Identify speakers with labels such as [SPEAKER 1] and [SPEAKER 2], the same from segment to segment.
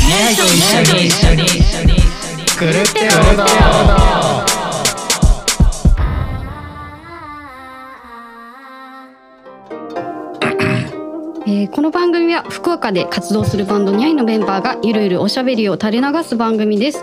[SPEAKER 1] 一緒に一緒に一緒に
[SPEAKER 2] 狂ってる
[SPEAKER 3] えーこの番組は福岡で活動するバンドニャイのメンバーがゆるゆるおしゃべりを垂れ流す番組です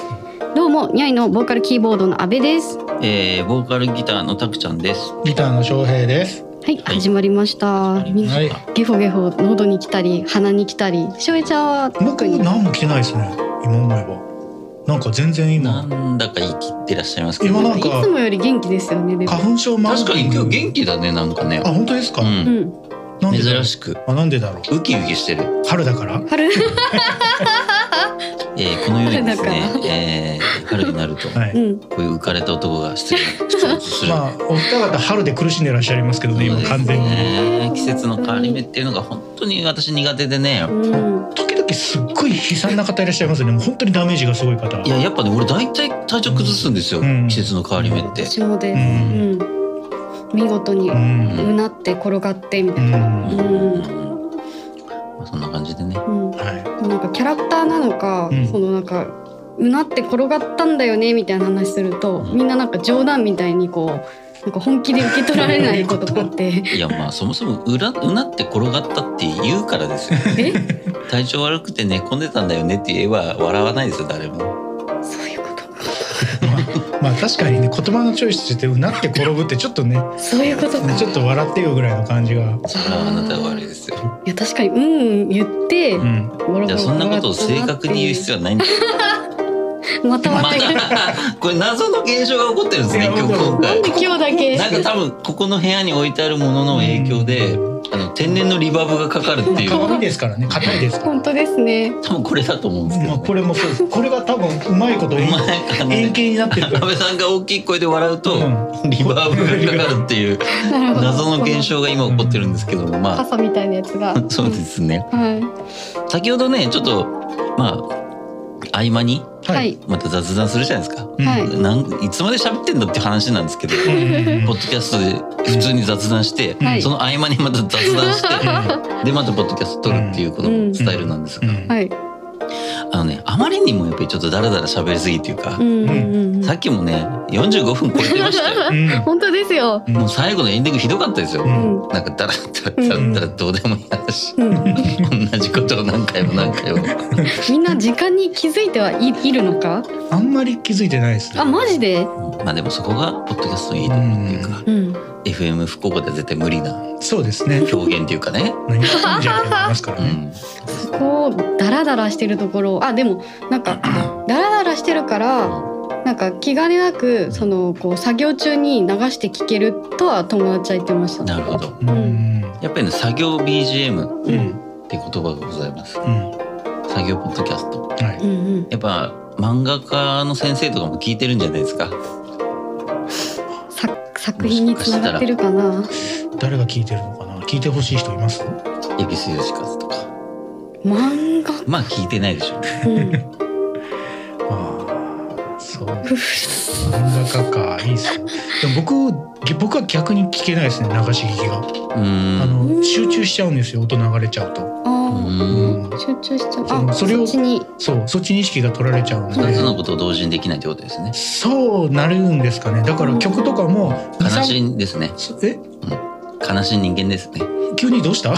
[SPEAKER 3] どうもニャイのボーカルキーボードの阿部ですは
[SPEAKER 4] えー、ボーカルギターのたくちゃんです。
[SPEAKER 2] ギターの翔平です。
[SPEAKER 3] い、
[SPEAKER 4] はい
[SPEAKER 3] 始まりました
[SPEAKER 4] ありました
[SPEAKER 3] ゲホゲホ喉に来たり鼻に来たりしょえちゃんは
[SPEAKER 2] 僕
[SPEAKER 3] 特に
[SPEAKER 2] 何も着てないですね。今思えば。なんか全然
[SPEAKER 4] な
[SPEAKER 2] 今。
[SPEAKER 4] んだか生きってらっしゃいますけ
[SPEAKER 2] 今
[SPEAKER 4] ど。
[SPEAKER 2] なん
[SPEAKER 3] い
[SPEAKER 2] か
[SPEAKER 3] つもより元気ですよねでも
[SPEAKER 2] 花粉症マ
[SPEAKER 4] 確かに今日元
[SPEAKER 2] 気。
[SPEAKER 4] 気だね、なんかね
[SPEAKER 2] あ。本当ですか。
[SPEAKER 4] う。
[SPEAKER 3] うんん
[SPEAKER 2] なんでだろう
[SPEAKER 4] 珍しく。
[SPEAKER 2] あなんでだろ
[SPEAKER 4] ウキウキしてる。
[SPEAKER 2] う。春だから。
[SPEAKER 3] 春
[SPEAKER 4] えー、このようにです
[SPEAKER 3] 春
[SPEAKER 4] ね、えー、春になると、
[SPEAKER 2] は
[SPEAKER 3] う
[SPEAKER 2] い。
[SPEAKER 3] ん
[SPEAKER 4] こういう浮かれた男が出現する。
[SPEAKER 2] まあお二方春で苦しんでらっしゃいますけどね今完全に。
[SPEAKER 4] に。季節の変わり目っていうのが本当に私苦手でね。
[SPEAKER 3] うん
[SPEAKER 2] 時々すっごい悲惨な方いらっしゃいますよね。もう本当にダメージがすごい方。
[SPEAKER 4] いや、やっぱね、俺大体体調崩すんですよ。
[SPEAKER 2] うん
[SPEAKER 4] 季節の変わり目って。
[SPEAKER 3] 私も
[SPEAKER 2] う。
[SPEAKER 3] ですうんん見事に
[SPEAKER 2] う。
[SPEAKER 3] うんなって転がってみた
[SPEAKER 2] う
[SPEAKER 3] いな、
[SPEAKER 2] ん。は
[SPEAKER 3] うん
[SPEAKER 4] まあ、そんな感じでね。
[SPEAKER 3] うん
[SPEAKER 2] い。
[SPEAKER 3] なんかキャラクターなのか、
[SPEAKER 2] うん
[SPEAKER 3] そのなんかうなって転がったんだよねみたいな話すると、
[SPEAKER 4] うん
[SPEAKER 3] みんななんか冗談みたいにこうなんか本気で受け取られないことがあって
[SPEAKER 4] いや、まあ、そもそもうら、うなって転がったって言うからですよ。
[SPEAKER 3] え
[SPEAKER 4] 体調悪くて寝込んでたんだよねって言えば笑わないですよ誰も
[SPEAKER 3] そういうこと
[SPEAKER 2] まあまあ確かにね言葉のチョイスってうなって転ぶってちょっとね
[SPEAKER 3] かそういうことか
[SPEAKER 2] ちょっと笑ってよぐらいの感じが。
[SPEAKER 4] それはあなたが悪いですよ
[SPEAKER 3] いや確かにうんうん言って、
[SPEAKER 2] うん。
[SPEAKER 3] ボロボロ
[SPEAKER 4] じゃあそんなことを正確に言う必要はないんです
[SPEAKER 3] また
[SPEAKER 4] ま
[SPEAKER 3] また言う
[SPEAKER 4] た これ謎の現象が起こってるんですね今日今
[SPEAKER 3] なんで
[SPEAKER 4] 回
[SPEAKER 3] 今日だけ
[SPEAKER 4] なんか多分ここの部屋に置いてあるものの影響であの天然のリバーブがかかるっていう
[SPEAKER 2] 鏡ですからね硬いですから
[SPEAKER 3] 本当ですね
[SPEAKER 4] 多分これだと思うんですけ
[SPEAKER 2] ま
[SPEAKER 4] ど、
[SPEAKER 2] あ、
[SPEAKER 4] ね
[SPEAKER 2] これもそうですこれが多分うまいこと円
[SPEAKER 4] うまい感じ
[SPEAKER 2] 円形になってるか
[SPEAKER 4] 安
[SPEAKER 2] ら
[SPEAKER 4] 倍さんが大きい声で笑うと、
[SPEAKER 2] うん
[SPEAKER 4] リバーブがかかるっていう
[SPEAKER 3] なるほど
[SPEAKER 4] 謎の現象が今起こってるんですけどもまあ
[SPEAKER 3] 傘みたいなやつが
[SPEAKER 4] そうですね
[SPEAKER 3] は
[SPEAKER 4] 先ほどねちょっとまあ合間に
[SPEAKER 3] いはい、
[SPEAKER 4] また雑談するじゃないですか。
[SPEAKER 2] うん
[SPEAKER 3] はい
[SPEAKER 4] なんいつまで喋ってんだって話なんですけど、
[SPEAKER 2] うん
[SPEAKER 4] ポッドキャストで普通に雑談して、
[SPEAKER 3] はい
[SPEAKER 4] その合間にまた雑談 して、でまたポッドキャスト撮るっていうこ
[SPEAKER 3] う
[SPEAKER 4] の
[SPEAKER 3] ん
[SPEAKER 4] スタイルなんです
[SPEAKER 2] う
[SPEAKER 4] が、
[SPEAKER 2] ん
[SPEAKER 3] はい、
[SPEAKER 4] あのねあまりにもやっぱりちょっとダラダラ喋りすぎっていうか
[SPEAKER 3] う、んうんうんうん
[SPEAKER 4] さっきもね45分超えてましたよ。
[SPEAKER 2] うん
[SPEAKER 3] 本当ですよ、
[SPEAKER 2] うん
[SPEAKER 4] もう最後のエンディングひどかったですよ。
[SPEAKER 2] うん
[SPEAKER 3] うん
[SPEAKER 4] なんかダラダラダラダラどうでもいい話、
[SPEAKER 3] うん
[SPEAKER 4] 同じことを何回も何回も。
[SPEAKER 3] みんな時間に気づいてはい、いるのか。
[SPEAKER 2] あんまり気づいてないですね
[SPEAKER 3] あ、マジで。
[SPEAKER 4] まあでもそこがポッドキャストのいいところっていうか、
[SPEAKER 3] うん。
[SPEAKER 4] FM 福岡では絶対無理な
[SPEAKER 2] そうですね
[SPEAKER 4] 表現っていうかね。
[SPEAKER 2] 何言ってんじゃんってなりますから
[SPEAKER 4] う
[SPEAKER 2] ね、
[SPEAKER 4] ん
[SPEAKER 3] そこをダラダラしてるところを、あ、でも、なんか、ダラダラしてるから。なんか気兼ねなく、その、こう作業中に流して聞けるとは友達は言ってました。
[SPEAKER 4] なるほど。
[SPEAKER 2] うんうん
[SPEAKER 4] やっぱりね、作業 BGM っ
[SPEAKER 2] うん
[SPEAKER 4] て言葉がございます。
[SPEAKER 2] うん
[SPEAKER 4] 作業ポッドキャスト。
[SPEAKER 2] は
[SPEAKER 3] う
[SPEAKER 2] い
[SPEAKER 3] んうん。
[SPEAKER 4] やっぱ漫画家の先生とかも聞いてるんじゃないですか。
[SPEAKER 3] さ作品に繋がってるかな。
[SPEAKER 2] 誰が聞いてるのかな聞いてほしい人います
[SPEAKER 4] エビスヨシカズとか。
[SPEAKER 3] 漫画。
[SPEAKER 4] まあ聞いてないでしょうね。
[SPEAKER 3] うん。
[SPEAKER 2] ああそう漫画家かいいっすねでも僕僕は逆に聞けないですね流し聞きが、
[SPEAKER 4] う
[SPEAKER 2] あ
[SPEAKER 4] ーん。
[SPEAKER 2] の集中しちゃうんですよ音流れちゃうと、
[SPEAKER 3] あ
[SPEAKER 2] う
[SPEAKER 4] うん
[SPEAKER 3] あ。集中しちゃう。
[SPEAKER 2] そう
[SPEAKER 3] あ、
[SPEAKER 2] そ
[SPEAKER 3] そ
[SPEAKER 2] れを
[SPEAKER 3] っちに。
[SPEAKER 2] そうそっちに意識が取られちゃうので
[SPEAKER 4] 二つのことを同時にできないってことですね。
[SPEAKER 2] そうなるんですかね。だから曲とかも
[SPEAKER 4] 悲し
[SPEAKER 2] い。
[SPEAKER 4] いですね。
[SPEAKER 2] そえ
[SPEAKER 4] 悲しい人間ですね。
[SPEAKER 2] 急にどうした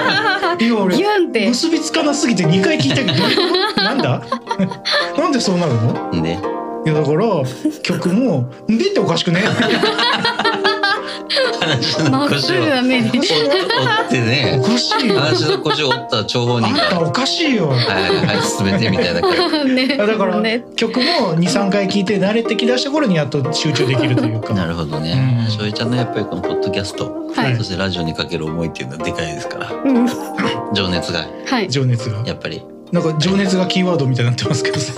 [SPEAKER 2] 今
[SPEAKER 3] ギ
[SPEAKER 2] 俺
[SPEAKER 3] ュンって。
[SPEAKER 2] 結びつかなすぎて2回聞いたけど なんだ なんでそうなるの
[SPEAKER 4] んで、
[SPEAKER 2] いやだから曲も「んで」っておかし くね
[SPEAKER 4] 話の
[SPEAKER 3] まっす
[SPEAKER 4] 腰を
[SPEAKER 3] ぐ
[SPEAKER 4] 折
[SPEAKER 3] な 目で。
[SPEAKER 4] って
[SPEAKER 2] お
[SPEAKER 4] ね、
[SPEAKER 2] かしいよあ
[SPEAKER 4] 話の腰を折った張本人
[SPEAKER 2] ん
[SPEAKER 4] が、
[SPEAKER 2] たおかしいよ
[SPEAKER 4] はいはい、進めてみたいな感じ。
[SPEAKER 3] ね。
[SPEAKER 2] だから
[SPEAKER 3] ね。
[SPEAKER 2] 曲も23回聴いて慣れてきだした頃にやっと集中できるという か
[SPEAKER 4] なるほどね
[SPEAKER 2] う。ん
[SPEAKER 4] しょいちゃんのやっぱりこのポッドキャスト、
[SPEAKER 3] はい
[SPEAKER 4] そしてラジオにかける思いっていうのはでかいですから、
[SPEAKER 3] うん。
[SPEAKER 4] 情熱が
[SPEAKER 3] はい。
[SPEAKER 2] 情熱が
[SPEAKER 4] やっぱり、
[SPEAKER 2] なんか情熱がキーワードみたいになってますけどさ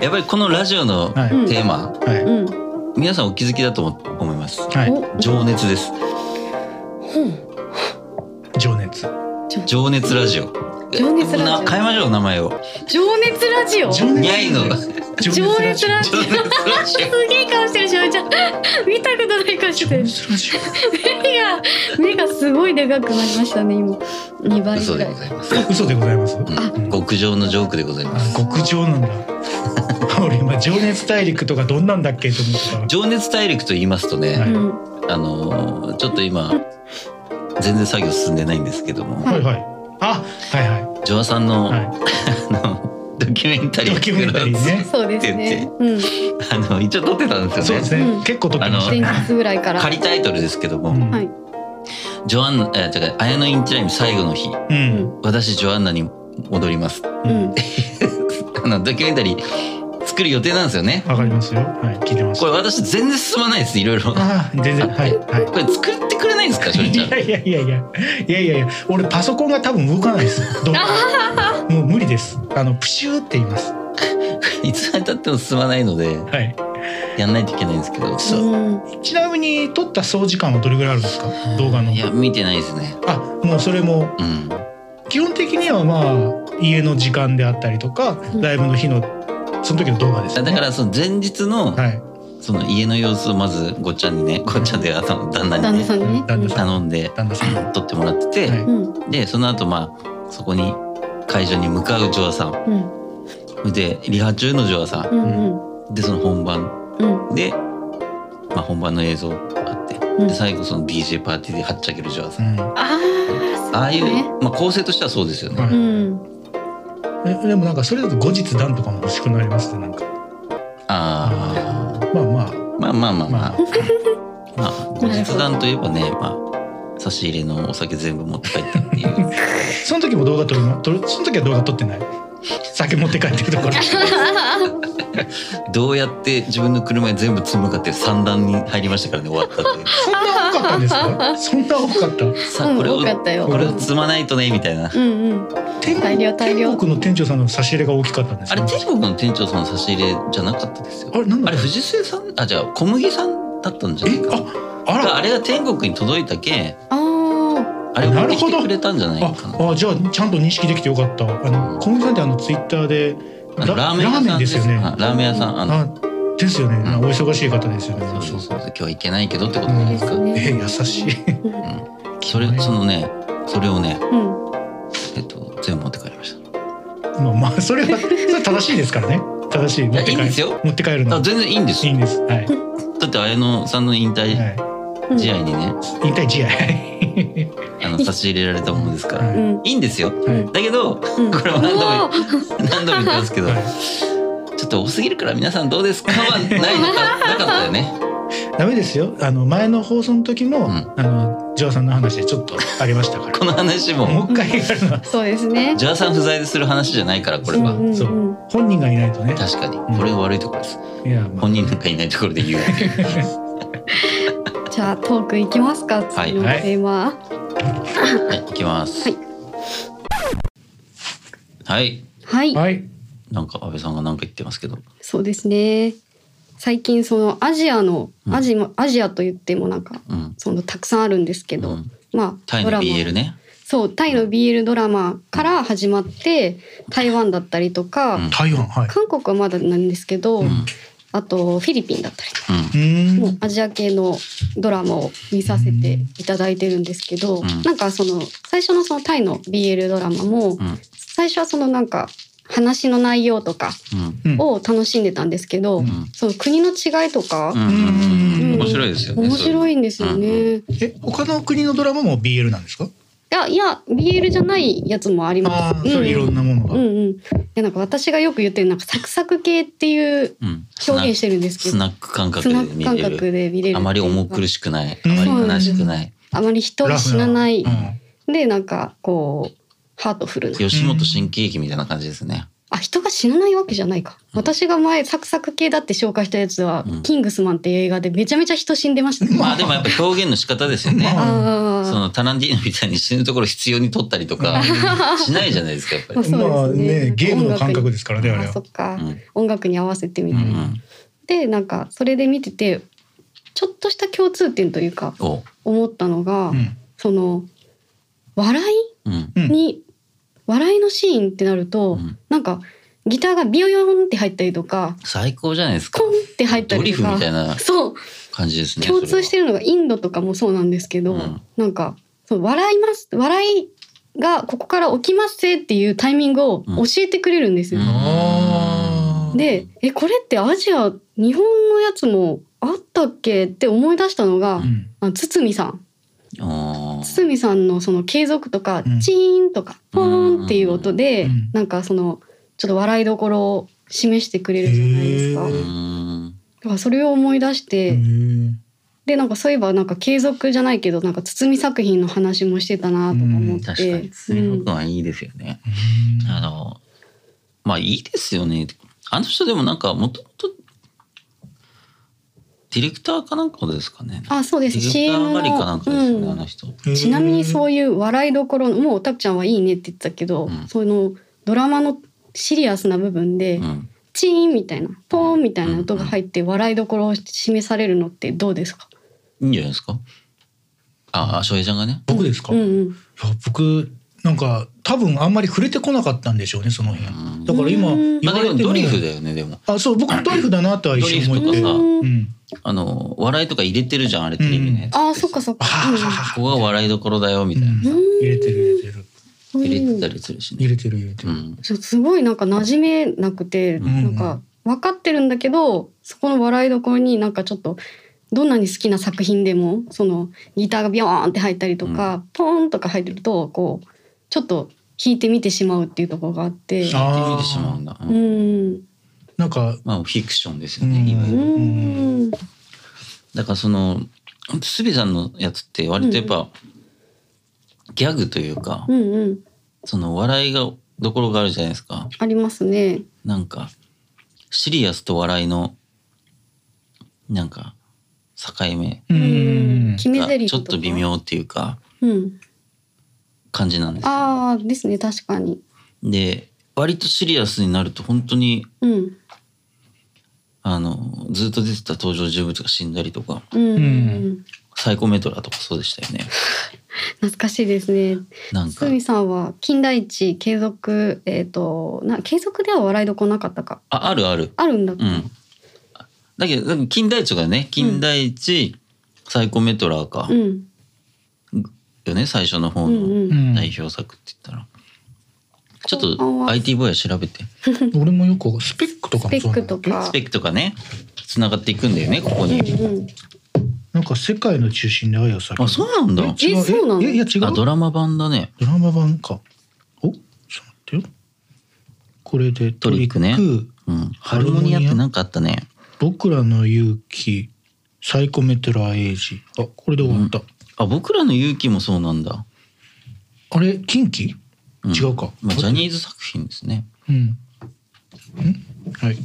[SPEAKER 4] やっぱりこのラジオの
[SPEAKER 2] はい、
[SPEAKER 3] うん
[SPEAKER 4] テーマ、
[SPEAKER 2] はい
[SPEAKER 3] うん。
[SPEAKER 4] 皆さんお気づきだと思思います。
[SPEAKER 2] はい
[SPEAKER 3] お
[SPEAKER 4] 情熱です。
[SPEAKER 2] 情熱
[SPEAKER 4] 情熱ラジオ。
[SPEAKER 3] 情熱ラジオ
[SPEAKER 4] な変えましょう、名前を。
[SPEAKER 3] 情熱ラジオ
[SPEAKER 2] 情
[SPEAKER 4] にゃいの。
[SPEAKER 2] 情
[SPEAKER 3] 情熱ラジ
[SPEAKER 4] 情熱ラジオ。
[SPEAKER 3] すげえ顔してるしおりちゃん 見たことない顔し
[SPEAKER 2] 情
[SPEAKER 3] ててる
[SPEAKER 2] 熱ラジ
[SPEAKER 3] 目が目がすごいでかくなりましたね今2倍
[SPEAKER 4] 嘘
[SPEAKER 3] ぐ
[SPEAKER 4] で
[SPEAKER 3] らい
[SPEAKER 4] ございます。
[SPEAKER 2] オ。嘘でございます。
[SPEAKER 4] うん極上のジョークでございま
[SPEAKER 2] あ
[SPEAKER 4] す。
[SPEAKER 2] 極上なんだ。俺今情熱大陸とかどんなんだっけと思ったら。
[SPEAKER 4] 情熱大陸と言いますとね、
[SPEAKER 2] は
[SPEAKER 3] う
[SPEAKER 2] い
[SPEAKER 3] ん
[SPEAKER 4] あのーちょっと今全然作業進んでないんですけども、
[SPEAKER 3] は
[SPEAKER 2] はいいはい。あ、はい
[SPEAKER 4] ジョアさんの、
[SPEAKER 2] はいは
[SPEAKER 4] あの ドキュメンタ
[SPEAKER 2] い。
[SPEAKER 4] リー
[SPEAKER 2] ドキュメンタリーね。
[SPEAKER 3] そうですね。うん。
[SPEAKER 4] あの一応撮ってたんです
[SPEAKER 2] そう
[SPEAKER 4] よね
[SPEAKER 2] です
[SPEAKER 3] う
[SPEAKER 2] ね
[SPEAKER 3] ん。
[SPEAKER 2] 結構撮ってました
[SPEAKER 3] 前
[SPEAKER 2] ね。
[SPEAKER 3] 日ぐらいから。
[SPEAKER 4] 仮タイトルですけども、
[SPEAKER 2] うん
[SPEAKER 3] はい。
[SPEAKER 4] ジョアンナえー違う綾乃インティライム最後の日
[SPEAKER 2] うん。
[SPEAKER 4] 私ジョアンナに戻ります
[SPEAKER 3] う
[SPEAKER 2] うんん。
[SPEAKER 4] あのドキュメンタリー作る予定なんですよね
[SPEAKER 2] わかりますよ。はい、聞いてます。
[SPEAKER 4] これ私全然進まないですいろいろこ
[SPEAKER 2] ああ、全然、はい、は
[SPEAKER 4] れ作ってくれないんですかしょ
[SPEAKER 2] い。
[SPEAKER 4] り
[SPEAKER 2] い
[SPEAKER 4] ちゃん
[SPEAKER 2] やいやいやいや、いやいやいや、俺パソコンが多分動かないです。どう もう無理です。あの、プシューって言います。
[SPEAKER 4] いつまでたっても進まないので
[SPEAKER 2] はい。
[SPEAKER 4] やんないといけないんですけど
[SPEAKER 2] そう
[SPEAKER 3] うん。
[SPEAKER 2] ちなみに、撮った総時間はどれぐらいあるんですか。動画の
[SPEAKER 4] い。や見てないですね
[SPEAKER 2] あ、もうそれも
[SPEAKER 4] うん
[SPEAKER 2] 基本的にはまあ家の時間であったりとか、
[SPEAKER 3] うん
[SPEAKER 2] ライブの日のその時の動画です
[SPEAKER 4] だ
[SPEAKER 2] よね。
[SPEAKER 4] からその前日の、
[SPEAKER 2] はい、
[SPEAKER 4] その家の様子をまずごっちゃんにねごっちゃんであの旦那
[SPEAKER 3] 旦
[SPEAKER 4] に
[SPEAKER 3] 那さ
[SPEAKER 4] ね
[SPEAKER 3] んね。
[SPEAKER 2] 旦那さ
[SPEAKER 4] 頼んで
[SPEAKER 2] 旦那さん、は
[SPEAKER 4] 撮ってもらってて、
[SPEAKER 2] い、
[SPEAKER 3] うん。
[SPEAKER 4] でその後まあそこに会場に向かうジョアさん
[SPEAKER 3] うん。
[SPEAKER 4] でリハ中のジョアさ
[SPEAKER 3] うん。うん。
[SPEAKER 4] んでその本番
[SPEAKER 3] うん。
[SPEAKER 4] で、まあ、本番の映像があって、
[SPEAKER 3] うん
[SPEAKER 4] で最後その DJ パーティーではっちゃけるジョアさん、
[SPEAKER 2] うん
[SPEAKER 3] ああ。
[SPEAKER 4] ああいう、
[SPEAKER 3] そうね。
[SPEAKER 4] まあ、構成としてはそうですよね、
[SPEAKER 2] は
[SPEAKER 3] うん。
[SPEAKER 2] えでもなんかそれだと後日談とかも欲しくなりますねなんか
[SPEAKER 4] あ
[SPEAKER 2] まあまあ
[SPEAKER 4] あまあまあまあまあ
[SPEAKER 2] まあ
[SPEAKER 4] まあ後日談といえばねまあ差し入れのお酒全部持って帰ったっていう
[SPEAKER 2] その時も動画撮るの撮るその時は動画撮ってない酒持って帰ってるところ
[SPEAKER 4] どうやって自分の車に全部積むかっていう算段に入りましたからね終わったという
[SPEAKER 2] そんな多かったんですかそんな多かった
[SPEAKER 4] さあこれを
[SPEAKER 3] うん多かったよ
[SPEAKER 4] これを積まないとねみたいな
[SPEAKER 3] うん。うん。
[SPEAKER 2] 天
[SPEAKER 3] 大量大量
[SPEAKER 2] 天国の店長さんの差し入れが大きかったんです
[SPEAKER 4] あれ
[SPEAKER 2] ね
[SPEAKER 4] 天国の店長さんの差し入れじゃなかったですよ
[SPEAKER 2] あれなんだ
[SPEAKER 4] あれ藤末さんあじゃあ小麦さんだったんじゃない
[SPEAKER 2] え
[SPEAKER 4] か
[SPEAKER 2] ああ
[SPEAKER 4] あ
[SPEAKER 2] ら
[SPEAKER 4] あれが天国に届いたけ
[SPEAKER 3] あ
[SPEAKER 4] あれを持ってき
[SPEAKER 2] なるほ
[SPEAKER 4] て
[SPEAKER 2] ど
[SPEAKER 4] くれたんじゃない
[SPEAKER 2] あ
[SPEAKER 4] かな
[SPEAKER 2] あじゃあちゃんと認識できてよかったあの小麦さんってあのツイッターで
[SPEAKER 4] あのラーメン
[SPEAKER 2] ラ
[SPEAKER 4] 屋
[SPEAKER 2] ーメ
[SPEAKER 4] さ
[SPEAKER 2] ン
[SPEAKER 4] ん
[SPEAKER 2] ですよね
[SPEAKER 4] あラーメン屋さんあの
[SPEAKER 2] あですよね、
[SPEAKER 4] ん
[SPEAKER 2] お忙しい方ですよね
[SPEAKER 4] そうそうそう今日は行けないけどってことじゃ
[SPEAKER 3] あ。
[SPEAKER 4] ない
[SPEAKER 3] で
[SPEAKER 4] ですか、
[SPEAKER 3] す
[SPEAKER 2] え
[SPEAKER 3] ね。
[SPEAKER 2] 優しい
[SPEAKER 4] それそのねそれをね
[SPEAKER 3] うん。
[SPEAKER 4] えっと全部持って帰りました
[SPEAKER 2] まあまあそれはそれ正しいですからね正しい持って
[SPEAKER 4] いいん
[SPEAKER 2] 帰
[SPEAKER 4] です
[SPEAKER 2] る
[SPEAKER 4] よ
[SPEAKER 2] 持って帰る
[SPEAKER 4] あ
[SPEAKER 2] の
[SPEAKER 4] 全然いいんです
[SPEAKER 2] いい
[SPEAKER 4] よ
[SPEAKER 2] んですはい、は
[SPEAKER 4] だって綾乃さんの引退
[SPEAKER 2] い、
[SPEAKER 3] うん
[SPEAKER 4] 試合にね、
[SPEAKER 2] 引退試合はい
[SPEAKER 4] あの差し入れられたものですから、
[SPEAKER 2] は
[SPEAKER 3] う
[SPEAKER 2] い
[SPEAKER 3] ん。
[SPEAKER 4] いいんですよ
[SPEAKER 2] はい
[SPEAKER 4] だけどこ
[SPEAKER 3] うん。
[SPEAKER 4] れは何度も
[SPEAKER 3] おー
[SPEAKER 4] 何度も言ってますけど、ちょっと多すぎるから皆さんどうです かはないのかなかったよね。
[SPEAKER 2] ダメですよあの前の放送の時も、
[SPEAKER 4] うん
[SPEAKER 2] あのジョアさんの話でちょっとありましたから
[SPEAKER 4] この話も
[SPEAKER 2] もう一回やるのは
[SPEAKER 3] そうですね。
[SPEAKER 4] ジャーさん不在でする話じゃないからこれ
[SPEAKER 3] う
[SPEAKER 4] は
[SPEAKER 3] んうん
[SPEAKER 2] そう本人がいないとね
[SPEAKER 4] 確かにこれが悪いところです。
[SPEAKER 2] いや、まあ
[SPEAKER 4] 本人なんかいないところで 言う。
[SPEAKER 3] じゃあトークいきますか。
[SPEAKER 4] はい
[SPEAKER 3] 次のテーマ。
[SPEAKER 4] はい行きます。
[SPEAKER 3] はい
[SPEAKER 4] はい。
[SPEAKER 3] はい。
[SPEAKER 2] はい
[SPEAKER 4] なんか安倍さんがなんか言ってますけど。
[SPEAKER 3] そうですね。最近そのアジアの
[SPEAKER 4] うん
[SPEAKER 3] アジ,、アジアと言ってもなんか
[SPEAKER 4] うん。
[SPEAKER 3] そのたくさんあるんですけど、
[SPEAKER 4] うん
[SPEAKER 3] まあ
[SPEAKER 4] タイ
[SPEAKER 3] ド
[SPEAKER 4] の
[SPEAKER 3] ラマ
[SPEAKER 4] BL ね。
[SPEAKER 3] そうタイの BL ドラマから始まって台湾だったりとか、
[SPEAKER 4] うん
[SPEAKER 2] 台湾はい
[SPEAKER 3] 韓国はまだなんですけど、
[SPEAKER 4] うん。うん。
[SPEAKER 3] あとフィリピンだったりと
[SPEAKER 2] う
[SPEAKER 3] かもう
[SPEAKER 2] ーん
[SPEAKER 3] アジア系のドラマを見させていただいてるんですけ
[SPEAKER 4] う
[SPEAKER 3] ど、
[SPEAKER 4] ん
[SPEAKER 3] なんかその最初のそのタイの BL ドラマも
[SPEAKER 4] うん。
[SPEAKER 3] 最初はそのなんか話の内容とか
[SPEAKER 4] うん。
[SPEAKER 2] うん
[SPEAKER 3] を楽しんでたんですけど、
[SPEAKER 2] うん
[SPEAKER 3] その国の違いとか、
[SPEAKER 4] うん。うん。うん面白いですよね。
[SPEAKER 3] 面白
[SPEAKER 4] い。
[SPEAKER 3] いんですよね。い
[SPEAKER 2] え他の国のドラマも BL なんですか
[SPEAKER 3] やいや BL じゃないやつもありま
[SPEAKER 2] あ
[SPEAKER 3] す。
[SPEAKER 2] あそういろんなものが、
[SPEAKER 3] うんうん。いやなんか私がよく言ってるなんかサクサク系っていう
[SPEAKER 4] うん。
[SPEAKER 3] 表現しててるんですけ
[SPEAKER 4] ス
[SPEAKER 3] ど、
[SPEAKER 4] ナック感覚
[SPEAKER 3] ス
[SPEAKER 4] で
[SPEAKER 3] ナック
[SPEAKER 4] 見
[SPEAKER 3] 感
[SPEAKER 4] れる。
[SPEAKER 3] 覚で見れる。
[SPEAKER 4] あまり重苦
[SPEAKER 3] し
[SPEAKER 4] しくない。あ
[SPEAKER 2] うん
[SPEAKER 4] まり悲しくない。
[SPEAKER 3] あまり人を
[SPEAKER 2] ラフ
[SPEAKER 3] 死なない。
[SPEAKER 2] うん
[SPEAKER 3] でなんかこうハートフルな。
[SPEAKER 4] 吉本新喜劇みたいな感じですね。
[SPEAKER 3] あ人が死なないわけじゃないか。私が前サクサク系だって紹介したやつは、
[SPEAKER 4] うん
[SPEAKER 3] キングスマンっていう映画でめちゃめちゃ人死んでました、ね。
[SPEAKER 4] まあでもやっぱ表現の仕方ですよね。
[SPEAKER 3] あ
[SPEAKER 4] そ
[SPEAKER 3] あ。
[SPEAKER 4] のタランティーノみたいに死ぬところ必要に取ったりとかしないじゃないですかやっぱり。
[SPEAKER 2] まあねゲームの感覚ですすからねあれ
[SPEAKER 3] あ
[SPEAKER 2] は
[SPEAKER 3] そっか、
[SPEAKER 4] うん
[SPEAKER 3] 音楽に合わせてみたいな。
[SPEAKER 4] うん
[SPEAKER 3] でなんかそれで見ててちょっとした共通点というか
[SPEAKER 4] おう
[SPEAKER 3] 思ったのが、
[SPEAKER 2] うん
[SPEAKER 3] その笑い
[SPEAKER 4] うん
[SPEAKER 2] うん
[SPEAKER 3] に笑いのシーンってなると、
[SPEAKER 4] うん
[SPEAKER 3] なんかギターがビヨヨンって入ったりとか
[SPEAKER 4] 最高じゃないですか
[SPEAKER 3] コンって入った
[SPEAKER 4] ドリ
[SPEAKER 3] りと
[SPEAKER 4] フみ
[SPEAKER 3] か
[SPEAKER 4] たいな
[SPEAKER 3] そう
[SPEAKER 4] 感じですね
[SPEAKER 3] 共通してるのがインドとかもそうなんですけど、
[SPEAKER 4] うん
[SPEAKER 3] なんかそう笑います笑いがここから起きますぜっていうタイミングを教えてくれるんですよ。
[SPEAKER 4] うん
[SPEAKER 2] あー
[SPEAKER 3] でえこれってアジア日本のやつもあったっけって思い出したのが、
[SPEAKER 2] うん
[SPEAKER 3] あ堤さん
[SPEAKER 4] それはあー
[SPEAKER 3] 堤さんのその継続とか、
[SPEAKER 2] うん
[SPEAKER 3] チーンとかポーンっていう音で、
[SPEAKER 2] うん
[SPEAKER 3] なんかそのちょっと笑いどころを示してくれるじゃないですか。
[SPEAKER 2] へ
[SPEAKER 4] う
[SPEAKER 2] ー
[SPEAKER 4] ん
[SPEAKER 3] だからそれを思い出して、
[SPEAKER 2] うん
[SPEAKER 3] でなんかそういえばなんか継続じゃないけどなんか堤作品の話もしてたなとか思って、
[SPEAKER 4] 確かに
[SPEAKER 3] う
[SPEAKER 4] 堤
[SPEAKER 3] ん
[SPEAKER 4] 君はいいですよね、あのまあいいですよねあの人でもなんかもともとディレクターかなんかですかね
[SPEAKER 3] あそう
[SPEAKER 4] デ
[SPEAKER 3] で
[SPEAKER 4] ィ
[SPEAKER 3] す
[SPEAKER 4] レクター
[SPEAKER 3] CM
[SPEAKER 4] 上がりかなんかですよね、あ
[SPEAKER 3] の、
[SPEAKER 4] の人
[SPEAKER 3] うん、ちなみにそう
[SPEAKER 2] いう
[SPEAKER 3] いう笑いどころのもうたくちゃんはいいねって言ってたけど、
[SPEAKER 4] うん
[SPEAKER 3] そのドラマのシリアスな部分で、
[SPEAKER 4] うん
[SPEAKER 3] チーンみたいなポーンみたいな音が入って笑いどころを示されるのってどうですか、
[SPEAKER 4] いいんじゃないですかああ翔平ちゃんがね
[SPEAKER 2] 僕ですか、
[SPEAKER 3] うん
[SPEAKER 2] いや
[SPEAKER 3] うん、
[SPEAKER 2] 僕なんか多分あんまり触れてこなかったんでしょうねその辺
[SPEAKER 4] うん
[SPEAKER 2] だから今
[SPEAKER 3] うん
[SPEAKER 4] ま
[SPEAKER 2] 言
[SPEAKER 4] あで
[SPEAKER 2] われ
[SPEAKER 4] も
[SPEAKER 2] ても
[SPEAKER 4] ドリフだよねでも
[SPEAKER 2] あそう僕ドリフだなとは一
[SPEAKER 4] ドリ
[SPEAKER 2] 瞬
[SPEAKER 4] フ
[SPEAKER 2] 思
[SPEAKER 4] とか
[SPEAKER 2] って
[SPEAKER 4] さ
[SPEAKER 2] うん
[SPEAKER 4] あの笑いとか入れてるじゃんあれテレビのやつ
[SPEAKER 3] あーそっかそっ
[SPEAKER 2] あ
[SPEAKER 3] か、
[SPEAKER 2] ははは
[SPEAKER 4] ここが笑いどころだよみたいな、
[SPEAKER 2] うん入れてる入れてる
[SPEAKER 3] うん
[SPEAKER 4] 入れてたりするし
[SPEAKER 2] 入
[SPEAKER 4] ね、
[SPEAKER 2] れてる入れて
[SPEAKER 4] う
[SPEAKER 2] る、
[SPEAKER 4] ん、
[SPEAKER 3] そうすごいなんか馴染めなくて、
[SPEAKER 4] うん
[SPEAKER 3] なんか分かってるんだけどそこの笑いどころになんかちょっとどんなに好きな作品でもそのギターがビヨーンって入ったりとか、ポーンとか入ってるとこうちょっと弾いてみてしまうっていうところがあって
[SPEAKER 4] 聞いてみてしまうんだ、
[SPEAKER 3] う
[SPEAKER 4] うん
[SPEAKER 3] ん
[SPEAKER 2] なんか
[SPEAKER 4] まあフィクションですよね、
[SPEAKER 2] うん
[SPEAKER 4] 今
[SPEAKER 3] うんうん
[SPEAKER 4] だからそのすびさんのやつって割とやっぱ、ギャグというか、
[SPEAKER 3] うんうん
[SPEAKER 4] その笑いがどころがあるじゃないですか
[SPEAKER 3] ありますね
[SPEAKER 4] なんかシリアスと笑いのなんか境目
[SPEAKER 2] う
[SPEAKER 3] うん決め
[SPEAKER 4] が
[SPEAKER 3] 台詞
[SPEAKER 4] ちょっと微妙っていうか
[SPEAKER 3] うん
[SPEAKER 4] 感じなんですよ
[SPEAKER 3] ああですね確かに
[SPEAKER 4] で割とシリアスになると本当に
[SPEAKER 3] うん
[SPEAKER 4] あのずっと出てた登場人物が死んだりとか
[SPEAKER 3] うん、
[SPEAKER 2] う
[SPEAKER 4] サイコメトラとかそうでしたよね
[SPEAKER 3] 懐かしいですね
[SPEAKER 4] なんか
[SPEAKER 3] 堤さんは金田一継続えっ、とな継続では笑いどころなかったか
[SPEAKER 4] ああるある
[SPEAKER 3] あるんだ、
[SPEAKER 4] うん。だけど、でも金田一がね、金田一、サイコメトラーか
[SPEAKER 3] う、ん
[SPEAKER 4] よね、最初の
[SPEAKER 3] う
[SPEAKER 4] 方
[SPEAKER 3] ん
[SPEAKER 4] の
[SPEAKER 3] うん
[SPEAKER 2] ん
[SPEAKER 4] 代表作って言ったら。ちょっ
[SPEAKER 3] こんばん
[SPEAKER 4] と
[SPEAKER 3] は
[SPEAKER 4] IT ボーイは調べて、
[SPEAKER 2] 俺もよくスペックとか
[SPEAKER 3] ス
[SPEAKER 2] も
[SPEAKER 3] ペ
[SPEAKER 2] そうな
[SPEAKER 3] ック
[SPEAKER 2] ん
[SPEAKER 3] と
[SPEAKER 2] だ
[SPEAKER 3] か
[SPEAKER 4] スペックとかね、繋がっていくんだよね、ここに。
[SPEAKER 3] うんうん
[SPEAKER 2] なんか世界の中心で愛を叫ぶ
[SPEAKER 4] あ、そうなんだ。
[SPEAKER 3] えそうなの
[SPEAKER 2] えいや違う
[SPEAKER 4] あ、ド
[SPEAKER 2] ドラ
[SPEAKER 4] ラマ版だね。
[SPEAKER 2] マ版かおちょっと待ってよこれで
[SPEAKER 4] トリックねうん。ハルモニアってなんかあったね。
[SPEAKER 2] 僕らの勇気サイコメトラエイジあこれで終わった、
[SPEAKER 4] あ、僕らの勇気もそうなんだ。
[SPEAKER 2] あれ近畿、
[SPEAKER 4] うん
[SPEAKER 2] 違うか、
[SPEAKER 4] まあ、ジャニーズ作品ですね。
[SPEAKER 2] うんんはい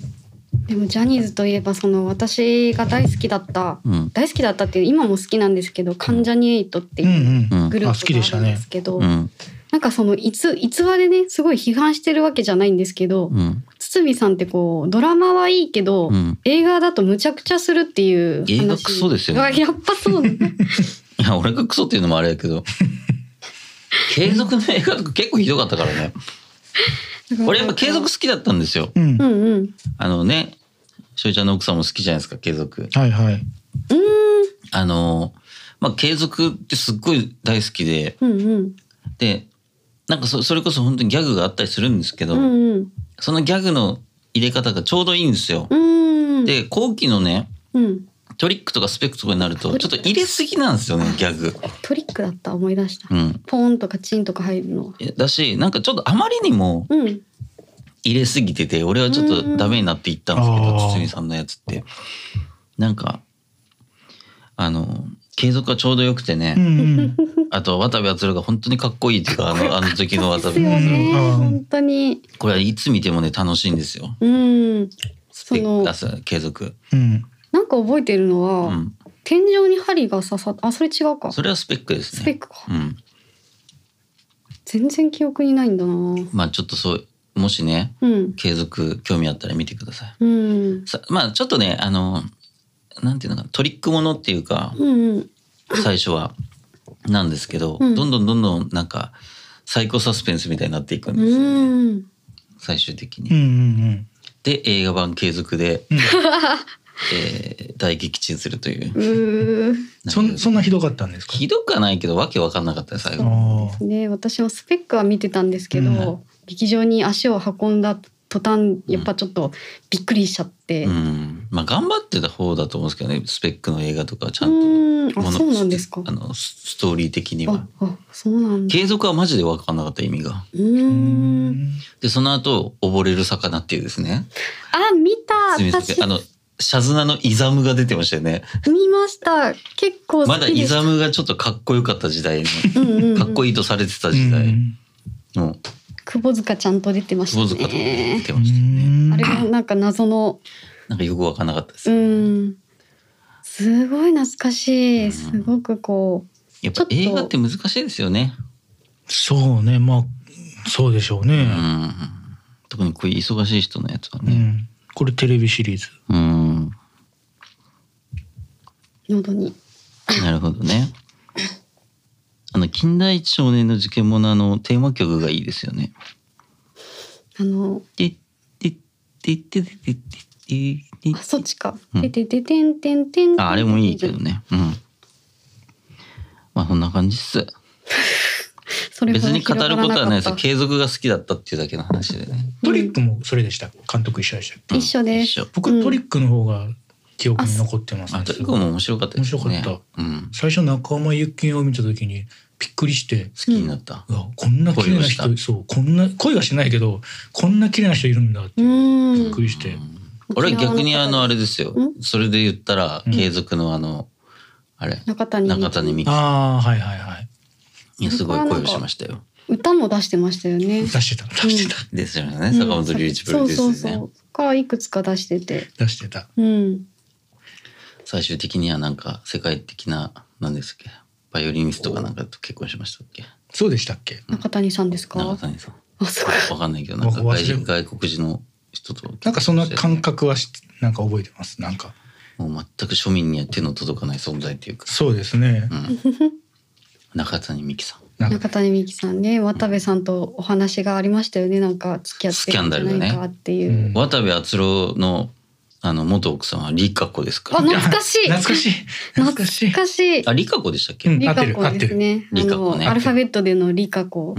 [SPEAKER 3] でもジャニーズといえばその私が大好きだった、
[SPEAKER 4] うん。
[SPEAKER 3] 大好きだったっていう今も好きなんですけど関ジャニエイトって
[SPEAKER 2] うんう
[SPEAKER 3] いう
[SPEAKER 4] う
[SPEAKER 3] ん
[SPEAKER 4] ん
[SPEAKER 3] グル
[SPEAKER 2] あ好
[SPEAKER 3] ープ
[SPEAKER 2] きでし
[SPEAKER 3] が
[SPEAKER 2] た
[SPEAKER 3] あるん
[SPEAKER 2] ね
[SPEAKER 3] ですけど、
[SPEAKER 4] うん。
[SPEAKER 3] なんかそのいつ逸話でねすごい批判してるわけじゃないんですけど、
[SPEAKER 4] うん。
[SPEAKER 3] 堤さんってこうドラマはいいけど、
[SPEAKER 4] うん。
[SPEAKER 3] 映画だとむちゃくちゃするっていう話
[SPEAKER 4] 映画クソですよね
[SPEAKER 3] やっぱそう
[SPEAKER 4] いや、俺がクソっていうのもあれやけど。 継続の映画とか結構ひどかったからね。 俺やっぱ継続好きだったんですよ。
[SPEAKER 2] うん
[SPEAKER 3] うんうん
[SPEAKER 4] あのね、しょいちゃんの奥さんも好きじゃないですか、継続。
[SPEAKER 2] はいはい
[SPEAKER 4] あの、まあ、継続ってすっごい大好きで、
[SPEAKER 3] うんうん
[SPEAKER 4] で、なんかそそれこそ本当にギャグがあったりするんですけど、
[SPEAKER 3] うんうん
[SPEAKER 4] そのギャグの入れ方がちょうどいいんですよ。
[SPEAKER 3] うん
[SPEAKER 4] で、後期のね、
[SPEAKER 3] うん
[SPEAKER 4] トリックとかスペックとかになると、ちょっと入れすぎなんですよね、ギャグ。
[SPEAKER 3] トリックだった思い出した、
[SPEAKER 4] うん。
[SPEAKER 3] ポーンとかチンとか入るのは
[SPEAKER 4] だし、なんかちょっとあまりにも、
[SPEAKER 3] うん
[SPEAKER 4] 入れすぎてて俺はちょっとダメになっていったんですけ
[SPEAKER 2] うん
[SPEAKER 4] ど堤さんのやつってなんかあの継続がちょうどよくて
[SPEAKER 2] う
[SPEAKER 4] ね、
[SPEAKER 2] んうん
[SPEAKER 4] あと渡部篤郎が本当にかっこいいっていうかあのあの時の
[SPEAKER 3] そう
[SPEAKER 4] 渡
[SPEAKER 3] です
[SPEAKER 4] 部
[SPEAKER 3] よね、
[SPEAKER 2] うん
[SPEAKER 3] 本当に
[SPEAKER 4] これはいつ見てもね楽しいんですよ
[SPEAKER 3] うん
[SPEAKER 4] ス
[SPEAKER 3] そ
[SPEAKER 4] ペッ
[SPEAKER 3] の
[SPEAKER 4] クあそう継続、
[SPEAKER 2] うん
[SPEAKER 3] なんか覚えてるのは、
[SPEAKER 4] うん、
[SPEAKER 3] 天井に針が刺さったあそれ違うか
[SPEAKER 4] それはスペックです
[SPEAKER 3] スペ
[SPEAKER 4] ね
[SPEAKER 3] ックか
[SPEAKER 4] うん
[SPEAKER 3] 全然記憶にないんだな
[SPEAKER 4] まあちょっとそうもしね
[SPEAKER 3] うん
[SPEAKER 4] 継続興味あったら見てください
[SPEAKER 3] うん
[SPEAKER 4] さまあちょっとねあのなんていうのかなトリックものっていうか
[SPEAKER 3] うんうん
[SPEAKER 4] 最初はなんですけど、
[SPEAKER 3] うん
[SPEAKER 4] どんどんどんどんなんかサイコサスペンスみたいになっていくん
[SPEAKER 3] う
[SPEAKER 4] ですよね
[SPEAKER 3] ん。
[SPEAKER 4] 最終的
[SPEAKER 2] うん
[SPEAKER 4] に。
[SPEAKER 2] うん
[SPEAKER 4] で映画版継続で、
[SPEAKER 2] うん
[SPEAKER 4] えー大撃沈するという
[SPEAKER 2] う
[SPEAKER 3] う。ー
[SPEAKER 2] ん。そんそんなひどかったんですか。
[SPEAKER 4] ひどくはないけどわけわかんなかったね最後。
[SPEAKER 2] ああ
[SPEAKER 3] ね私はスペックは見てたんですけど、
[SPEAKER 2] うん
[SPEAKER 3] 劇場に足を運んだ途端やっぱちょっとびっくりしちゃって、
[SPEAKER 4] うん、まあ頑張ってた方だと思うんですけどねスペックの映画とかちゃ
[SPEAKER 3] うー
[SPEAKER 4] ん
[SPEAKER 3] ん
[SPEAKER 4] と
[SPEAKER 3] あ
[SPEAKER 4] もの
[SPEAKER 3] そうなんですか
[SPEAKER 4] あのスストーリー的には
[SPEAKER 3] ああそうなんだ
[SPEAKER 4] 継続はマジで分かんなかった意味が
[SPEAKER 3] うー
[SPEAKER 2] うんん。
[SPEAKER 4] でその後溺れる魚っていうですね
[SPEAKER 3] あ見た
[SPEAKER 4] すみません
[SPEAKER 3] 私
[SPEAKER 4] あのシャズナのイザムが出てましたよね
[SPEAKER 3] 見ました結構
[SPEAKER 4] ま
[SPEAKER 3] 好
[SPEAKER 4] だ
[SPEAKER 3] き
[SPEAKER 4] イ
[SPEAKER 3] でし
[SPEAKER 4] ザ
[SPEAKER 3] た
[SPEAKER 4] ムがちょっとかっこよかった時代の
[SPEAKER 3] うんうんうん
[SPEAKER 4] かっこいいとされてた時
[SPEAKER 2] う
[SPEAKER 4] 代
[SPEAKER 2] ん
[SPEAKER 4] の
[SPEAKER 3] 窪塚ちゃんと出てま
[SPEAKER 4] 窪
[SPEAKER 3] し
[SPEAKER 4] 塚
[SPEAKER 3] た
[SPEAKER 4] とか出
[SPEAKER 3] ね
[SPEAKER 4] てましたよね
[SPEAKER 3] あれがなんか謎の
[SPEAKER 4] なんかよく分かんなかったです
[SPEAKER 3] う
[SPEAKER 4] よね、
[SPEAKER 3] んすごい懐かし
[SPEAKER 4] う
[SPEAKER 3] い
[SPEAKER 4] ん
[SPEAKER 3] すごくこ
[SPEAKER 4] やっぱ
[SPEAKER 3] ちょっと
[SPEAKER 4] 映画って難しいですよね、
[SPEAKER 2] そうね、まあそうでしょう
[SPEAKER 4] う
[SPEAKER 2] ね。
[SPEAKER 4] ん、特にこういう忙しい人のやつは
[SPEAKER 2] う
[SPEAKER 4] ね
[SPEAKER 2] ん。これテレビシリーズ。
[SPEAKER 4] うん
[SPEAKER 3] う喉に
[SPEAKER 4] なるほどね。あの近代一少年の事件ものあのテーマ曲がいいですよね。
[SPEAKER 3] あの
[SPEAKER 4] で、で、で、で、で、で、で、で
[SPEAKER 3] あ、そっちか。
[SPEAKER 4] うん
[SPEAKER 3] ててててんてんてん。
[SPEAKER 4] あ、あれもいいけど。ね。うん。まあ、そんな感じっす。
[SPEAKER 3] それほ
[SPEAKER 4] 別
[SPEAKER 3] ど
[SPEAKER 4] に語ることはないで
[SPEAKER 3] 広がらか
[SPEAKER 4] す。
[SPEAKER 3] った
[SPEAKER 4] 継続が好きだったっていうだけの話でね。
[SPEAKER 2] トリックもそれでした。監督一緒でした。
[SPEAKER 4] うん
[SPEAKER 3] 一緒です。
[SPEAKER 4] 一緒
[SPEAKER 2] 僕、
[SPEAKER 3] うん
[SPEAKER 2] トリックの方が記憶に残ってます、
[SPEAKER 4] あ、
[SPEAKER 2] ね。
[SPEAKER 4] トリックも面白かったですね。
[SPEAKER 2] 面白か
[SPEAKER 4] った。うん。
[SPEAKER 2] 最初中山由紀恵を見た時にびっくりして。
[SPEAKER 4] 好きになった。
[SPEAKER 2] うわこんな綺麗な
[SPEAKER 4] 恋
[SPEAKER 2] 人
[SPEAKER 4] を
[SPEAKER 2] そうこんな恋はしてないけどこんな綺麗な人いるんだって
[SPEAKER 3] う
[SPEAKER 2] びっ
[SPEAKER 3] ん
[SPEAKER 2] く。りして、
[SPEAKER 4] 俺は逆にあのあ
[SPEAKER 3] れ。
[SPEAKER 4] れですよ
[SPEAKER 3] う。
[SPEAKER 4] それで言ったら
[SPEAKER 2] うん
[SPEAKER 4] 継続のあの、あれ、
[SPEAKER 3] 中谷美紀
[SPEAKER 4] 中谷美紀
[SPEAKER 2] ああはいはいはい
[SPEAKER 4] いやすごい恋をしましたよ。
[SPEAKER 3] 歌も出してましたよね
[SPEAKER 2] 出。してた出してた、
[SPEAKER 4] ですよね。坂本龍一プロデュー
[SPEAKER 3] そう
[SPEAKER 4] ス
[SPEAKER 3] そ
[SPEAKER 4] で
[SPEAKER 3] う
[SPEAKER 4] ね
[SPEAKER 3] そ。う。からいくつか出してて。
[SPEAKER 2] 出してた
[SPEAKER 3] うん。
[SPEAKER 4] 最終的にはなんか世界的な何ですっけバイオリニストかなんかと結婚しましたっけ
[SPEAKER 2] そうでしたっけ
[SPEAKER 3] 中谷さんです
[SPEAKER 4] 長
[SPEAKER 3] か。
[SPEAKER 4] 谷さん
[SPEAKER 3] あ、そうか。
[SPEAKER 4] わかんないけどなんか
[SPEAKER 2] わ
[SPEAKER 4] 外
[SPEAKER 2] 忘れ
[SPEAKER 4] 人外国人の人と
[SPEAKER 2] なんかその
[SPEAKER 4] 覚
[SPEAKER 2] 感覚はしなんか覚えてますなんか
[SPEAKER 4] もう全く庶民には手の届かない存在っていう か、
[SPEAKER 2] そうですね
[SPEAKER 4] う、ん、中谷美紀さん
[SPEAKER 2] なんか
[SPEAKER 3] 中谷美紀さんね、渡部さんとお話がありましたよね。なんか付き合ってるんじゃないかってい
[SPEAKER 2] スキャ
[SPEAKER 3] う
[SPEAKER 2] ンダルがね
[SPEAKER 3] う。
[SPEAKER 4] 渡部篤郎のあの元奥さんはリカ子ですか
[SPEAKER 3] あ、
[SPEAKER 4] ら
[SPEAKER 3] 懐かしい。
[SPEAKER 2] 懐かしい懐かしい
[SPEAKER 3] 懐かしい
[SPEAKER 4] あ。リカ子でしたっけ、
[SPEAKER 2] う
[SPEAKER 4] うんん
[SPEAKER 3] リカコですね。
[SPEAKER 4] 合ってる合ってるリ
[SPEAKER 3] あ
[SPEAKER 4] カコ
[SPEAKER 3] の
[SPEAKER 4] ね
[SPEAKER 3] アルファベットでのリカコ。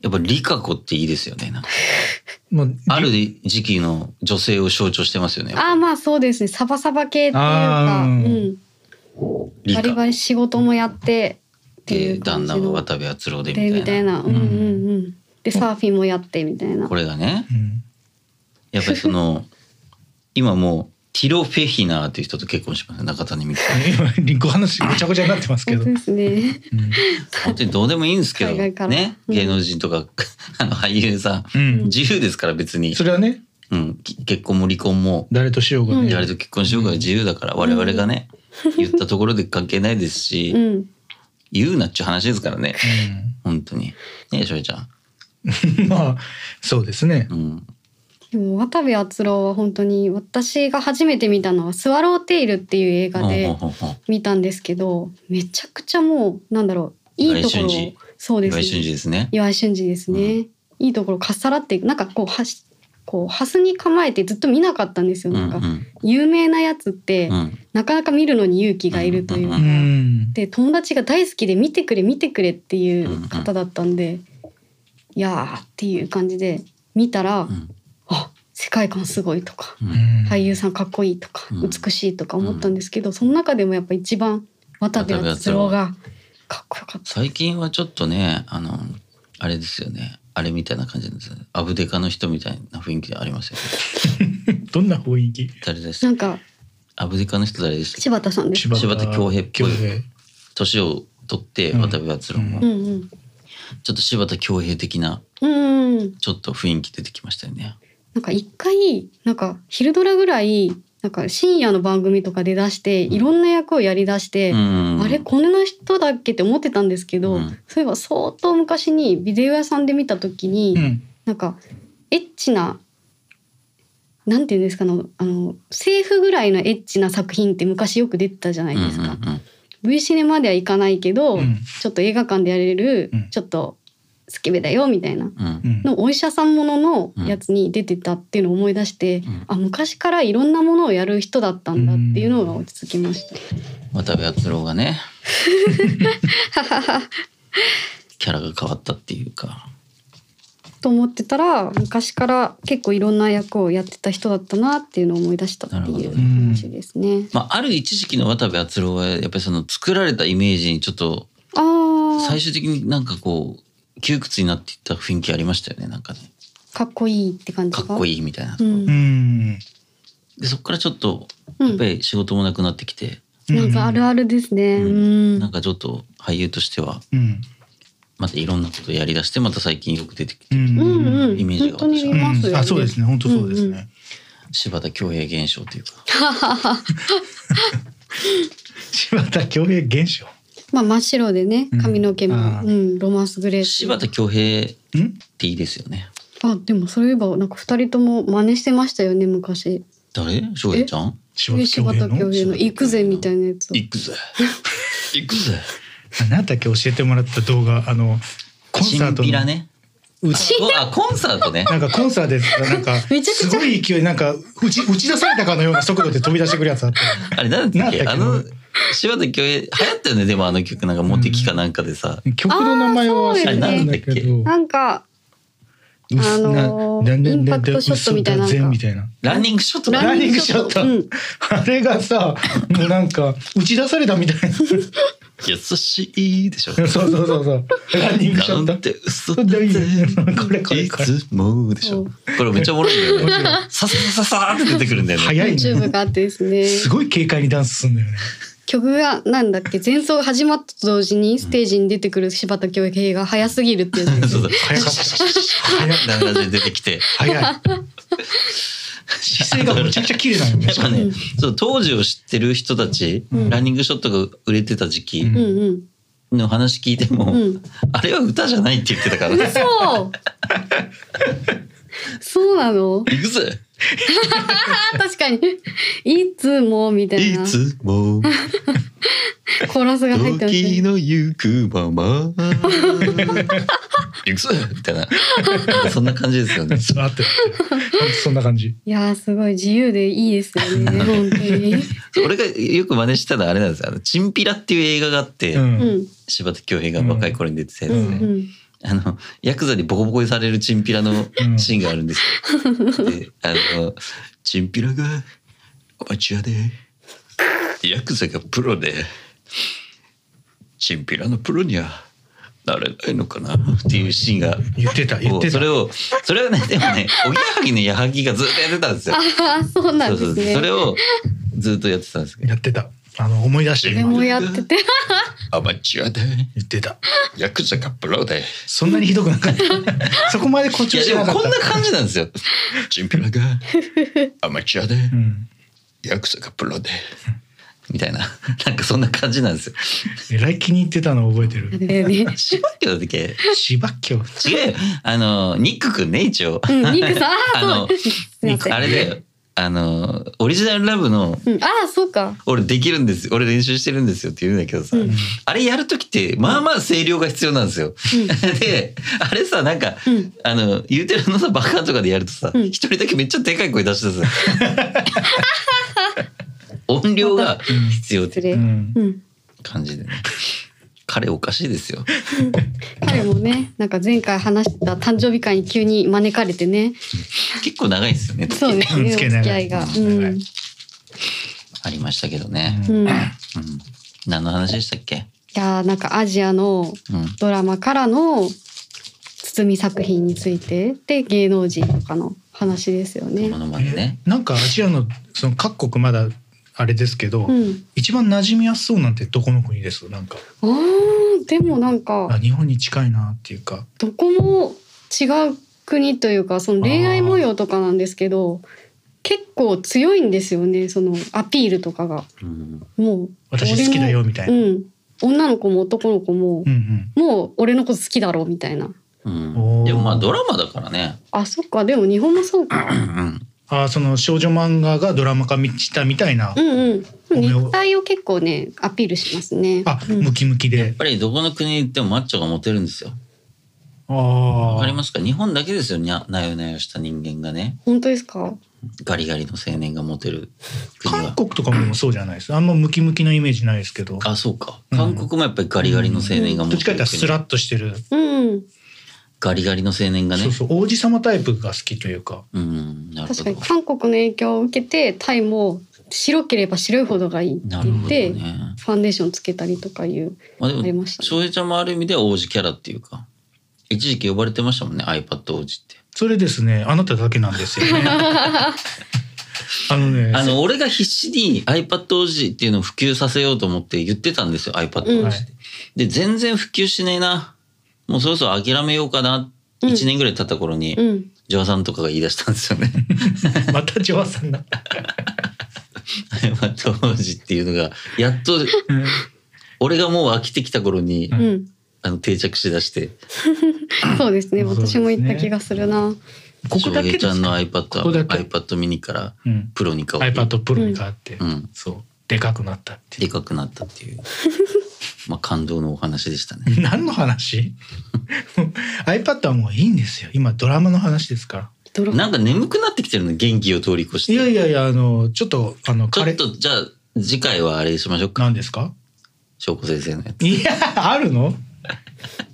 [SPEAKER 4] やっぱリカ子っていいですよねなんか
[SPEAKER 2] ま
[SPEAKER 4] ある時期の女性を象徴してますよね
[SPEAKER 3] ああまあそうですねサバサバ系っていう
[SPEAKER 2] あ
[SPEAKER 3] か、う
[SPEAKER 2] ーうん
[SPEAKER 3] ん、
[SPEAKER 4] リ
[SPEAKER 3] バ
[SPEAKER 4] カ
[SPEAKER 3] リバ
[SPEAKER 4] 子
[SPEAKER 3] リ仕事もやってってい
[SPEAKER 4] で
[SPEAKER 3] う
[SPEAKER 4] 旦
[SPEAKER 3] 感じ
[SPEAKER 4] 那
[SPEAKER 3] の
[SPEAKER 4] が渡部篤郎で
[SPEAKER 3] でみ
[SPEAKER 4] み
[SPEAKER 3] た
[SPEAKER 4] たい
[SPEAKER 3] い
[SPEAKER 4] な
[SPEAKER 3] な、うんうんうん、でサーフィンもやってみたいな
[SPEAKER 4] これがね
[SPEAKER 2] うん、
[SPEAKER 4] やっぱりその 今もうティロ・フェヒナーっていう人と結婚しました中谷美紀さん
[SPEAKER 2] 今リンゴ話ごちゃごちゃになってますけど、
[SPEAKER 3] 本当
[SPEAKER 2] うん
[SPEAKER 3] ですね
[SPEAKER 4] 本当にどうでもいいんですけど
[SPEAKER 3] 海外から
[SPEAKER 4] ね
[SPEAKER 3] うん
[SPEAKER 4] 芸能人とか あの俳優さ
[SPEAKER 2] うんん、
[SPEAKER 4] 自由ですから別に
[SPEAKER 2] そ、れはね
[SPEAKER 4] うん、き結婚も離婚も
[SPEAKER 2] 誰としようがね、
[SPEAKER 4] 誰と結婚しようが自由だから我々がね言ったところで関係ないですし
[SPEAKER 3] うん
[SPEAKER 4] 言うなっちゅう話ですからね本当にねえ翔平ちゃん、
[SPEAKER 2] うん、まあそうですね
[SPEAKER 4] うん、
[SPEAKER 3] でも渡部篤郎は本当に私が初めて見たのは「スワローテイル」っていう映画
[SPEAKER 4] ほん
[SPEAKER 3] で
[SPEAKER 4] ほんほんほ
[SPEAKER 3] 見たんですけどめちゃくちゃもうなんだろういいとこ
[SPEAKER 4] 岩
[SPEAKER 3] ろ
[SPEAKER 4] 井
[SPEAKER 3] を
[SPEAKER 4] 俊
[SPEAKER 3] そうです
[SPEAKER 4] 岩
[SPEAKER 3] ね
[SPEAKER 4] 井俊二ですね
[SPEAKER 3] 岩井俊二ですね、いいところかっさらっていくなんかこうはしこうハスに構えてずっと見なかったんですよ
[SPEAKER 4] うんう
[SPEAKER 3] なんか、
[SPEAKER 4] ん
[SPEAKER 3] 有名なやつって、
[SPEAKER 4] うん
[SPEAKER 3] なかなか見るのに勇気がいるというか、
[SPEAKER 2] う
[SPEAKER 4] うん
[SPEAKER 3] で友達が大好きで見てくれ見てくれってい
[SPEAKER 4] んう
[SPEAKER 3] うん方だったんで、いやーっていう感じで見たら、
[SPEAKER 4] ん
[SPEAKER 3] あ世界観すごいとか、
[SPEAKER 4] う
[SPEAKER 2] うんん
[SPEAKER 3] 俳優さんかっこいいとか、
[SPEAKER 4] うん
[SPEAKER 3] 美しいとか思ったんですけど、その中でもやっぱ一番渡部篤郎がかっこよかった。
[SPEAKER 4] 最近はちょっとねあのあれですよねあれみたいな感じなんですよねアブデカの人みたいな雰囲気ありますよね
[SPEAKER 2] どんな雰囲気
[SPEAKER 4] 誰でし
[SPEAKER 3] な
[SPEAKER 4] た
[SPEAKER 3] んか
[SPEAKER 4] アブデカの人誰でしたっけ
[SPEAKER 3] 柴田さんです
[SPEAKER 2] 柴
[SPEAKER 4] 柴田恭兵っぽい
[SPEAKER 2] 恭兵
[SPEAKER 4] 年を取って
[SPEAKER 2] うん
[SPEAKER 4] 渡部篤郎も、
[SPEAKER 2] う
[SPEAKER 3] うんん
[SPEAKER 4] ちょっと柴田恭兵的な
[SPEAKER 3] うんうん
[SPEAKER 4] ちょっと雰囲気出てきましたよね
[SPEAKER 3] なんか一回なんか昼ドラぐらいなんか深夜の番組とか出だしていろんな役をやりだして、
[SPEAKER 4] うん
[SPEAKER 3] あれこんな人だっけって思ってたんですけど、
[SPEAKER 4] うん
[SPEAKER 3] そういえば相当昔にビデオ屋さんで見た時に、
[SPEAKER 2] うん
[SPEAKER 3] なんかエッチななんていうんですかねあの政府ぐらいのエッチな作品って昔よく出てたじゃないですか。
[SPEAKER 4] うんうんうん
[SPEAKER 3] V シネまではいかないけど、
[SPEAKER 2] うん
[SPEAKER 3] ちょっと映画館でやれる、
[SPEAKER 2] うん
[SPEAKER 3] ちょっとスケベだよみたいな
[SPEAKER 4] うん
[SPEAKER 2] うん
[SPEAKER 3] のお医者さんもののやつに出てたっていうのを思い出して、
[SPEAKER 4] ん
[SPEAKER 3] あ昔からいろんなものをやる人だったんだっていうのが落ち着きました。
[SPEAKER 4] 渡部篤郎がねキャラが変わったっていうか
[SPEAKER 3] と思ってたら昔から結構いろんな役をやってた人だったなっていうのを思い出したって
[SPEAKER 4] なる
[SPEAKER 3] い
[SPEAKER 4] ほ
[SPEAKER 3] う
[SPEAKER 4] ど
[SPEAKER 2] ね
[SPEAKER 3] 話ですね。
[SPEAKER 4] まあある一時期の渡部篤郎はやっぱりその作られたイメージにちょっと
[SPEAKER 3] ああ
[SPEAKER 4] 最終的になんかこう窮屈になっていった雰囲気ありましたよねなんかね
[SPEAKER 3] かっこいいって感じ
[SPEAKER 4] か
[SPEAKER 3] が。
[SPEAKER 4] っこいいみたいな、
[SPEAKER 3] うん
[SPEAKER 2] うん
[SPEAKER 4] でそこからちょっと
[SPEAKER 3] う
[SPEAKER 4] やっぱ
[SPEAKER 3] ん、
[SPEAKER 4] り仕事もなくなってきて、
[SPEAKER 3] なんかあるあるですね。
[SPEAKER 4] う
[SPEAKER 3] うんん、
[SPEAKER 4] なんかちょっと俳優としては
[SPEAKER 2] うん
[SPEAKER 4] またいろんなことやりだしてまた最近よく出てきて
[SPEAKER 2] うん
[SPEAKER 3] うんうん、
[SPEAKER 4] イメージが
[SPEAKER 3] 本当に
[SPEAKER 4] 私
[SPEAKER 3] 見
[SPEAKER 4] は
[SPEAKER 3] ますよ、ね
[SPEAKER 2] あそうですね本当そうですね、
[SPEAKER 4] 柴田恭平現象というか
[SPEAKER 2] 柴田恭平現象
[SPEAKER 3] まあ真っ白でね、髪の毛も、
[SPEAKER 2] う
[SPEAKER 3] うんん、ロマンスグレー。
[SPEAKER 4] 柴田恭平っ
[SPEAKER 2] ん
[SPEAKER 4] ていいですよね
[SPEAKER 3] あ、でもそういえばなんか二人とも真似してましたよね昔。
[SPEAKER 4] 誰翔平ちゃん
[SPEAKER 2] 柴田恭
[SPEAKER 3] 上柴
[SPEAKER 2] 平
[SPEAKER 3] 田恭
[SPEAKER 2] の
[SPEAKER 3] 平の行くぜみたいなやつを。
[SPEAKER 4] 行くぜ行くぜ
[SPEAKER 2] 何だっけ教えてもらった動画あのコン
[SPEAKER 4] チ
[SPEAKER 2] サー
[SPEAKER 4] ン
[SPEAKER 2] ト
[SPEAKER 4] ピ
[SPEAKER 2] の
[SPEAKER 4] ラね
[SPEAKER 2] う
[SPEAKER 4] あこあコンサートね
[SPEAKER 2] なんかコンサートでなんか
[SPEAKER 3] めちゃくち
[SPEAKER 2] す
[SPEAKER 3] ゃ
[SPEAKER 2] ごい勢いなんか打ち打ち出されたかのような速度で飛び出してくるやつあったよね
[SPEAKER 4] あれなんだっけ
[SPEAKER 2] なんだ
[SPEAKER 4] あ
[SPEAKER 2] っけな
[SPEAKER 4] の柴田恭平流行ったよねでもあの曲なんかモテキかなんかでさ、
[SPEAKER 2] 曲の名前は知らないんだけど、
[SPEAKER 3] なんかーそうよねあのーインパクトショットみたいななんか
[SPEAKER 2] 全みたいな。
[SPEAKER 4] ランニングショットだ
[SPEAKER 2] ランニングショット
[SPEAKER 3] うん
[SPEAKER 2] あれがさ、もうなんか打ち出されたみた いな。そう
[SPEAKER 4] 優しいでしょ
[SPEAKER 2] そうそうそう。ランニングショ
[SPEAKER 4] な
[SPEAKER 2] ッ
[SPEAKER 4] ん
[SPEAKER 2] ト
[SPEAKER 4] て。嘘だぜ
[SPEAKER 2] これこれ
[SPEAKER 4] い
[SPEAKER 2] これ
[SPEAKER 4] つもでしょ
[SPEAKER 3] うん
[SPEAKER 4] これめっちゃおもろいんだよねさささささーって出てくるんだよね
[SPEAKER 2] 早い
[SPEAKER 3] YouTube
[SPEAKER 2] ね。
[SPEAKER 3] があってですね。
[SPEAKER 2] すごい軽快にダンスすんだよね。
[SPEAKER 3] 曲がなんだっけ前奏が始まったと同時にステージに出てくる柴田恭平が早すぎるっていうの
[SPEAKER 4] そうだ
[SPEAKER 2] 早 かった。早い。
[SPEAKER 4] ダメ出しで出てきて
[SPEAKER 2] 早い。姿勢がめちゃくちゃ綺麗なのね
[SPEAKER 4] やっ。ぱね、
[SPEAKER 3] うん
[SPEAKER 4] そう当時を知ってる人たち、
[SPEAKER 3] うん
[SPEAKER 4] ランニングショットが売れてた時期
[SPEAKER 3] うんうん
[SPEAKER 4] の話聞いても、
[SPEAKER 3] うん
[SPEAKER 4] あれは歌じゃないって言ってた からね
[SPEAKER 3] 嘘そうなの
[SPEAKER 4] 行くぜ
[SPEAKER 3] あー確かにいつもみたい
[SPEAKER 4] い
[SPEAKER 3] な
[SPEAKER 4] つも
[SPEAKER 3] コーラスが入ってま
[SPEAKER 4] 時
[SPEAKER 3] すね
[SPEAKER 4] の行くま ま行くぜみたいなそんな感じですよね
[SPEAKER 2] そうあってるあってるほんとそんな感じ。
[SPEAKER 3] いやーすごい自由でいいですよね本当に
[SPEAKER 4] 俺がよく真似してたのはあれなんですよあのチンピラっていう映画があって、
[SPEAKER 2] うん
[SPEAKER 3] うん
[SPEAKER 4] 柴田恭平が若い頃に出てたやつ
[SPEAKER 3] う
[SPEAKER 4] ね、
[SPEAKER 3] んうん
[SPEAKER 4] あのヤクザにボコボコにされるチンピラのシーンがあるんですよ。であのチンピラがアマチュアでヤクザがプロでチンピラのプロにはなれないのかなっていうシーンが。
[SPEAKER 2] 言ってた言ってた。
[SPEAKER 4] それをそれをねでもねおぎやはぎの矢作がずっとやってたんですよ。
[SPEAKER 3] あーそうなんですね
[SPEAKER 4] それをずっとやってたんですけど
[SPEAKER 2] やってた。あの思い出して
[SPEAKER 3] で
[SPEAKER 2] 今
[SPEAKER 3] もや ってて
[SPEAKER 4] アマチュアで
[SPEAKER 2] 言ってた。
[SPEAKER 4] ヤクザがプロで。
[SPEAKER 2] そんなにひどくな かった。そこまで誇
[SPEAKER 4] い
[SPEAKER 2] 張
[SPEAKER 4] や
[SPEAKER 2] して
[SPEAKER 4] で
[SPEAKER 2] な
[SPEAKER 4] も
[SPEAKER 2] かっ
[SPEAKER 4] こ
[SPEAKER 2] た。
[SPEAKER 4] んな感じなんですよ。 チンピラがアマチュアで
[SPEAKER 2] うん。
[SPEAKER 4] ヤクザがプロで。 みたいな。なんかそんな感じなんですよ。
[SPEAKER 2] えらい気に入ってたの覚えてる。
[SPEAKER 3] だよね
[SPEAKER 4] 柴田だっけ
[SPEAKER 2] 芝京。
[SPEAKER 4] 違うよあの、ニックくんね、一応。
[SPEAKER 3] うんニックさんあー
[SPEAKER 4] あの
[SPEAKER 3] そうすいません
[SPEAKER 4] あれだよ。あの、オリジナルラブの、
[SPEAKER 3] うんあーそうか
[SPEAKER 4] 俺できるんですよ。俺練習してるんですよって言うんだけどさ。
[SPEAKER 3] うん
[SPEAKER 4] あれやるときって、まあまあ声量が必要なんですよ。 で、あれさ、なんか、
[SPEAKER 3] うん
[SPEAKER 4] あの、言うてるのさ、バカとかでやるとさ、
[SPEAKER 3] うん
[SPEAKER 4] 一人だけめっちゃでかい声出してさ。 音量が必要っ
[SPEAKER 3] 失
[SPEAKER 4] て
[SPEAKER 2] う
[SPEAKER 3] 礼
[SPEAKER 2] ん。
[SPEAKER 3] うん
[SPEAKER 4] 感じでね。彼おかしいですよ。
[SPEAKER 3] 彼もねなんか前回話した誕生日会に急に招かれてね
[SPEAKER 4] 結構長いですよね。
[SPEAKER 3] そうね
[SPEAKER 2] うん
[SPEAKER 3] お付き合いが、
[SPEAKER 2] つ
[SPEAKER 3] う
[SPEAKER 2] けない
[SPEAKER 3] ん
[SPEAKER 4] ありましたけどね。
[SPEAKER 3] うん、
[SPEAKER 4] うん
[SPEAKER 3] い
[SPEAKER 4] 何の話でしたっけ
[SPEAKER 3] やーなんかアジアの
[SPEAKER 4] うん。
[SPEAKER 3] ドラマからの包み作品についてで芸能人とかの話ですよね
[SPEAKER 4] も。のまでね。
[SPEAKER 2] なんかアジアのその各国まだあれですけど、
[SPEAKER 3] うん、
[SPEAKER 2] 一番馴染みやすそうなんてどこの国ですなんか
[SPEAKER 3] あーでもなんか
[SPEAKER 2] あ日本に近いなっていうか
[SPEAKER 3] どこも違う国というかその恋愛模様とかなんですけど結構強いんですよねそのアピールとかが。
[SPEAKER 4] うん。
[SPEAKER 3] もう
[SPEAKER 2] 私好きだよみたい
[SPEAKER 3] 俺
[SPEAKER 2] な、
[SPEAKER 3] もうん、女の子も男の子も、
[SPEAKER 2] うん
[SPEAKER 3] もう俺のこと好きだろうみたいな。
[SPEAKER 4] うん
[SPEAKER 2] おー
[SPEAKER 4] でもまあドラマだからね。
[SPEAKER 3] あそっかでも日本もそうか。
[SPEAKER 4] うんうん。
[SPEAKER 2] ああその少女漫画がドラマ化したみたいな、
[SPEAKER 3] うんうん。
[SPEAKER 2] おめお
[SPEAKER 3] 肉体を結構ねアピールしますね。
[SPEAKER 2] あ
[SPEAKER 3] うん
[SPEAKER 2] ムキムキ
[SPEAKER 4] やっ
[SPEAKER 2] で、
[SPEAKER 4] ぱりどこの国に行ってもマッチョがモテるんですよ。
[SPEAKER 2] あ
[SPEAKER 4] わ
[SPEAKER 2] あ
[SPEAKER 4] かりますか日本だけですよにゃなよなよした人間がね
[SPEAKER 3] 本当ですか
[SPEAKER 4] ガリガリの青年がモテる国
[SPEAKER 2] 韓
[SPEAKER 4] は
[SPEAKER 2] 国とかもそうじゃないですあんまムキムキのイメージないですけど
[SPEAKER 4] あそうか
[SPEAKER 2] うん
[SPEAKER 4] 韓国もやっぱりガリガリの青年がモ
[SPEAKER 2] ど
[SPEAKER 4] テる国、
[SPEAKER 2] っちかって言ったらスラッとしてる、
[SPEAKER 3] うん
[SPEAKER 4] ガリガリの青年がね
[SPEAKER 2] そうそう王子様タイプが好きというか
[SPEAKER 4] うんなるほ
[SPEAKER 3] 確か
[SPEAKER 4] ど
[SPEAKER 3] に韓国の影響を受けてタイも白ければ白いほどがいいって
[SPEAKER 4] なる
[SPEAKER 3] 言
[SPEAKER 4] ほ
[SPEAKER 3] っ
[SPEAKER 4] ど
[SPEAKER 3] て、
[SPEAKER 4] ね
[SPEAKER 3] ファンデーションつけたりとかいう
[SPEAKER 4] まあで
[SPEAKER 3] あり
[SPEAKER 4] も
[SPEAKER 3] ましたね
[SPEAKER 4] 翔平ちゃんもある意味では王子キャラっていうか一時期呼ばれてましたもんね iPad 王子って
[SPEAKER 2] それですねあなただけなんですよ ねあのね
[SPEAKER 4] あの俺が必死に iPad 王子っていうのを普及させようと思って言ってたんですよ iPad 王子って、
[SPEAKER 3] うん
[SPEAKER 4] で全然普及しねえなもうそろそろ諦めようかな、
[SPEAKER 3] うん
[SPEAKER 4] 1年ぐらい経った頃に、
[SPEAKER 3] うん
[SPEAKER 4] ジョアさんとかが言い出したんです よね
[SPEAKER 2] またジョアさんだ
[SPEAKER 4] iPad 王子っていうのがやっと俺がもう飽きてきた頃に、
[SPEAKER 3] うん、
[SPEAKER 4] あの定着しだして
[SPEAKER 3] そうですね
[SPEAKER 2] そうです
[SPEAKER 3] 私
[SPEAKER 2] ね
[SPEAKER 3] も言った気がするな
[SPEAKER 2] ここだけ
[SPEAKER 4] 翔平
[SPEAKER 2] です
[SPEAKER 4] ちゃんの
[SPEAKER 2] ここ
[SPEAKER 4] iPad は
[SPEAKER 2] だけ
[SPEAKER 4] iPad ミニから
[SPEAKER 2] うん、
[SPEAKER 4] プロに変わって
[SPEAKER 2] iPad プロに変わって、
[SPEAKER 4] うん
[SPEAKER 2] そうでかくなったってい
[SPEAKER 4] でかくなったっていうまあ感動のお話でしたね
[SPEAKER 2] う 何の話 iPad はもういいんですよ今ドラマの話ですから
[SPEAKER 3] ドラ
[SPEAKER 4] なんか眠くなってきてるの元気を通り越して
[SPEAKER 2] いやいやいやあのちょっとあの
[SPEAKER 4] ちょ
[SPEAKER 2] 彼
[SPEAKER 4] っとじゃあ次回はあれにしましょうか
[SPEAKER 2] なんですか
[SPEAKER 4] 翔子先生のやつ
[SPEAKER 2] いやあるの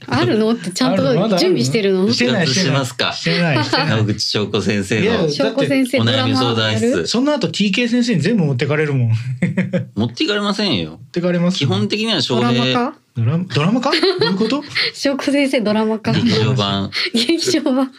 [SPEAKER 3] あるのってちゃん
[SPEAKER 2] あるま
[SPEAKER 3] と
[SPEAKER 2] だある
[SPEAKER 3] 準備してるの
[SPEAKER 2] してないして
[SPEAKER 4] 復活し
[SPEAKER 2] ない
[SPEAKER 4] ますか
[SPEAKER 2] してないしてな
[SPEAKER 4] 野
[SPEAKER 2] い
[SPEAKER 4] 口翔子先生
[SPEAKER 2] いや
[SPEAKER 4] の
[SPEAKER 2] だ
[SPEAKER 3] 翔
[SPEAKER 2] っ
[SPEAKER 3] 子
[SPEAKER 2] て
[SPEAKER 3] 先生
[SPEAKER 4] お
[SPEAKER 3] ドラ
[SPEAKER 4] 悩み相
[SPEAKER 3] マ
[SPEAKER 4] 談
[SPEAKER 3] やる
[SPEAKER 4] 室
[SPEAKER 2] その後 TK 先生に全部持ってかれるもん持
[SPEAKER 4] 持っていかれませんよ
[SPEAKER 2] ってかれます
[SPEAKER 4] 基
[SPEAKER 2] よ
[SPEAKER 4] 本的には
[SPEAKER 3] ド
[SPEAKER 4] 翔
[SPEAKER 3] ラマ
[SPEAKER 4] 平
[SPEAKER 3] か
[SPEAKER 2] ドラドラマかどういうこと
[SPEAKER 3] 翔子先生ドラマか
[SPEAKER 4] 劇場 版
[SPEAKER 3] 劇場は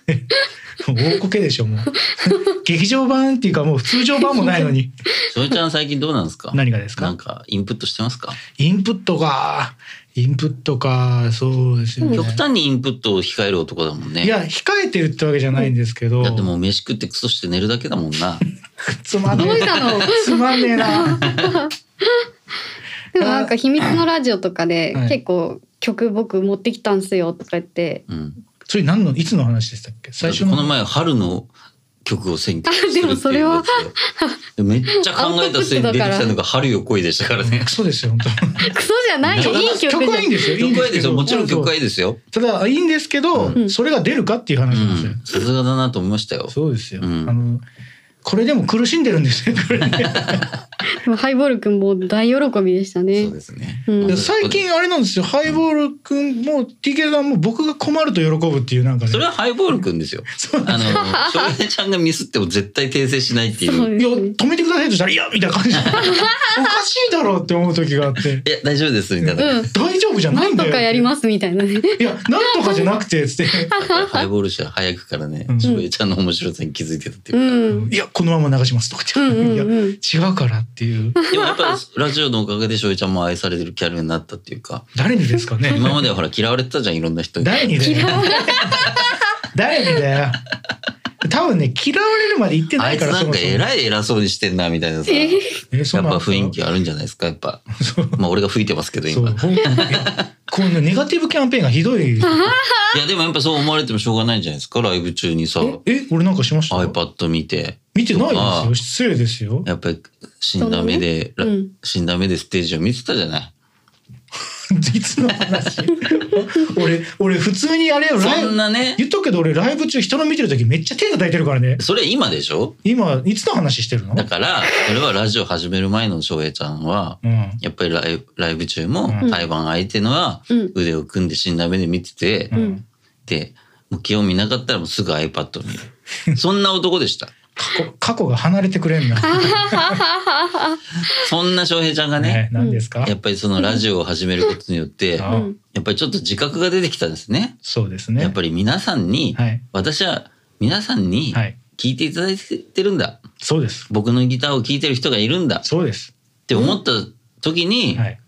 [SPEAKER 2] 大こけでしょもう 劇場版っていうかもう通常版もない のに
[SPEAKER 4] 翔平ちゃん最近どうなんですか
[SPEAKER 2] 何がです
[SPEAKER 4] な
[SPEAKER 2] か
[SPEAKER 4] んかインプットしてますか
[SPEAKER 2] インプットかインプットかそうですよね
[SPEAKER 4] 極端にインプットを控える男だもんね
[SPEAKER 2] いや控えてるってわけじゃないんですけど
[SPEAKER 4] だってもう飯食ってクソして寝るだけだもんな
[SPEAKER 2] つまんね
[SPEAKER 3] どう
[SPEAKER 2] え
[SPEAKER 3] し たの
[SPEAKER 2] つまんねえな
[SPEAKER 3] でもなんか秘密のラジオとかで
[SPEAKER 2] はい
[SPEAKER 3] 結構曲僕持ってきたんすよとか 言って
[SPEAKER 4] うん
[SPEAKER 2] それ何のいつの話でしたっけ
[SPEAKER 4] だ
[SPEAKER 2] 最
[SPEAKER 4] って
[SPEAKER 2] 初
[SPEAKER 4] こ
[SPEAKER 2] の
[SPEAKER 4] の前春の曲を選曲するっていう
[SPEAKER 3] あでもそれは
[SPEAKER 4] やつでめっちゃ考えた末に出てきたのが春よ恋でしたからね
[SPEAKER 2] クソですよ本
[SPEAKER 3] クソじゃないよ
[SPEAKER 4] いや
[SPEAKER 3] いい曲
[SPEAKER 2] 曲
[SPEAKER 3] じゃ
[SPEAKER 2] はいいん
[SPEAKER 3] ん
[SPEAKER 2] ですよいい
[SPEAKER 4] 曲
[SPEAKER 2] んで
[SPEAKER 4] はいい
[SPEAKER 2] すけ
[SPEAKER 4] です
[SPEAKER 2] ど
[SPEAKER 4] よもちろん曲は
[SPEAKER 2] そう
[SPEAKER 4] いいですよ
[SPEAKER 2] ただいいんですけど、
[SPEAKER 4] うん
[SPEAKER 2] それが出るかっていう話なんですよ、
[SPEAKER 4] うんさすがだなと思いましたよ
[SPEAKER 2] そうですよ、
[SPEAKER 4] うん
[SPEAKER 2] あのこれでも苦しんでるんですよこれね
[SPEAKER 3] でもハイボールくんも大喜びでしたね
[SPEAKER 4] そうですね。
[SPEAKER 3] うん
[SPEAKER 2] で最近あれなんですよハイボール君も TK さんも僕が困ると喜ぶっていうなんかね
[SPEAKER 4] それはハイボールくんですよ。
[SPEAKER 2] そう
[SPEAKER 4] あの、翔平ちゃんがミスっても絶対訂正しないってい
[SPEAKER 3] そう
[SPEAKER 4] う。
[SPEAKER 3] で
[SPEAKER 2] いや
[SPEAKER 3] すね
[SPEAKER 2] 止めてくださいとしたら「いや」みたい な感じでおかしいだろうって思う時があって
[SPEAKER 4] いや、大丈夫です、みたいな。
[SPEAKER 3] う
[SPEAKER 2] 大丈夫じゃ
[SPEAKER 3] ん
[SPEAKER 2] な
[SPEAKER 3] ない
[SPEAKER 2] ん
[SPEAKER 3] ん
[SPEAKER 2] だ
[SPEAKER 3] と
[SPEAKER 2] よ
[SPEAKER 3] かやりますみたいなね
[SPEAKER 2] いやなんとかじゃなくてっ つって「
[SPEAKER 4] ハイボール社早くからね
[SPEAKER 2] う、ん
[SPEAKER 4] 翔平ちゃんの面白さに気づいてたっていうう。
[SPEAKER 3] ん
[SPEAKER 2] いやこのまま流します」とか
[SPEAKER 3] う
[SPEAKER 2] 言
[SPEAKER 3] ん
[SPEAKER 2] って「
[SPEAKER 3] うん
[SPEAKER 2] い
[SPEAKER 3] うん
[SPEAKER 2] や違うから」っていう
[SPEAKER 4] でもやっぱりラジオのおかげで翔平ちゃんも愛されてるキャラになったっていうか、
[SPEAKER 2] 誰にですかね
[SPEAKER 4] 今まではほら嫌われてたじゃん、いろんな人に。
[SPEAKER 2] 誰にだよ
[SPEAKER 3] 嫌われ
[SPEAKER 2] 誰にだよ多分ね嫌われるまで言って
[SPEAKER 4] あ
[SPEAKER 2] ないい
[SPEAKER 4] つ
[SPEAKER 2] から
[SPEAKER 4] なんか
[SPEAKER 2] そも
[SPEAKER 4] 偉い偉そうにしてんな、みたいなさ。
[SPEAKER 3] え
[SPEAKER 4] や
[SPEAKER 2] そもえそう
[SPEAKER 4] っ
[SPEAKER 2] なん
[SPEAKER 4] ぱ
[SPEAKER 2] ですか
[SPEAKER 4] 雰囲気あるんじゃないですか、やっぱ。
[SPEAKER 2] そう
[SPEAKER 4] まあ俺が吹いてますけど、
[SPEAKER 2] そう
[SPEAKER 4] 今。
[SPEAKER 2] ほんいやこのネガティブキャンペーンがひどい
[SPEAKER 4] いや、でもやっぱそう思われてもしょうがないんじゃないですか、ライブ中にさ、
[SPEAKER 2] え俺なんかしました
[SPEAKER 4] iPad 見て。
[SPEAKER 2] 見てないで
[SPEAKER 4] ああ
[SPEAKER 2] すよ失礼ですよ
[SPEAKER 4] やっぱり死んだ目で、
[SPEAKER 3] そんなねうん
[SPEAKER 4] ら死んだ目でステージを見てたじゃない。
[SPEAKER 2] いつの話 俺俺普通にあれよライ
[SPEAKER 4] そん
[SPEAKER 2] ブ
[SPEAKER 4] なね、
[SPEAKER 2] 言っとくけど俺ライブ中人の見てる時めっちゃ手叩いてるからね
[SPEAKER 4] それ今でしょ
[SPEAKER 2] 今いつの話してるの
[SPEAKER 4] だから、俺はラジオ始める前の翔平ちゃんは、
[SPEAKER 2] うん
[SPEAKER 4] やっぱりライブライブ中も
[SPEAKER 2] うん
[SPEAKER 4] 対バン相手のは
[SPEAKER 3] うん
[SPEAKER 4] 腕を組んで死んだ目で見てて、
[SPEAKER 2] う
[SPEAKER 3] うんん
[SPEAKER 4] で、もう気を見なかったらもうすぐ iPad を見る。そんな男でした。
[SPEAKER 2] 過去過去が離れてくれんな
[SPEAKER 4] そんな翔平ちゃんが
[SPEAKER 2] ね
[SPEAKER 4] ね、
[SPEAKER 2] 何ですか
[SPEAKER 4] やっぱりそのラジオを始めることによって、
[SPEAKER 2] あ
[SPEAKER 4] や
[SPEAKER 2] あ
[SPEAKER 3] うん
[SPEAKER 4] っぱりちょっと自覚が出てきたんですね。
[SPEAKER 2] そうですね
[SPEAKER 4] やっぱり皆さんに、
[SPEAKER 2] はい
[SPEAKER 4] 私は皆さんに
[SPEAKER 2] はい
[SPEAKER 4] 聞いていただいてるんだ。
[SPEAKER 2] そうです
[SPEAKER 4] 僕のギターを聴いてる人がいるんだっ
[SPEAKER 2] そうです
[SPEAKER 4] て思った時に、
[SPEAKER 2] はい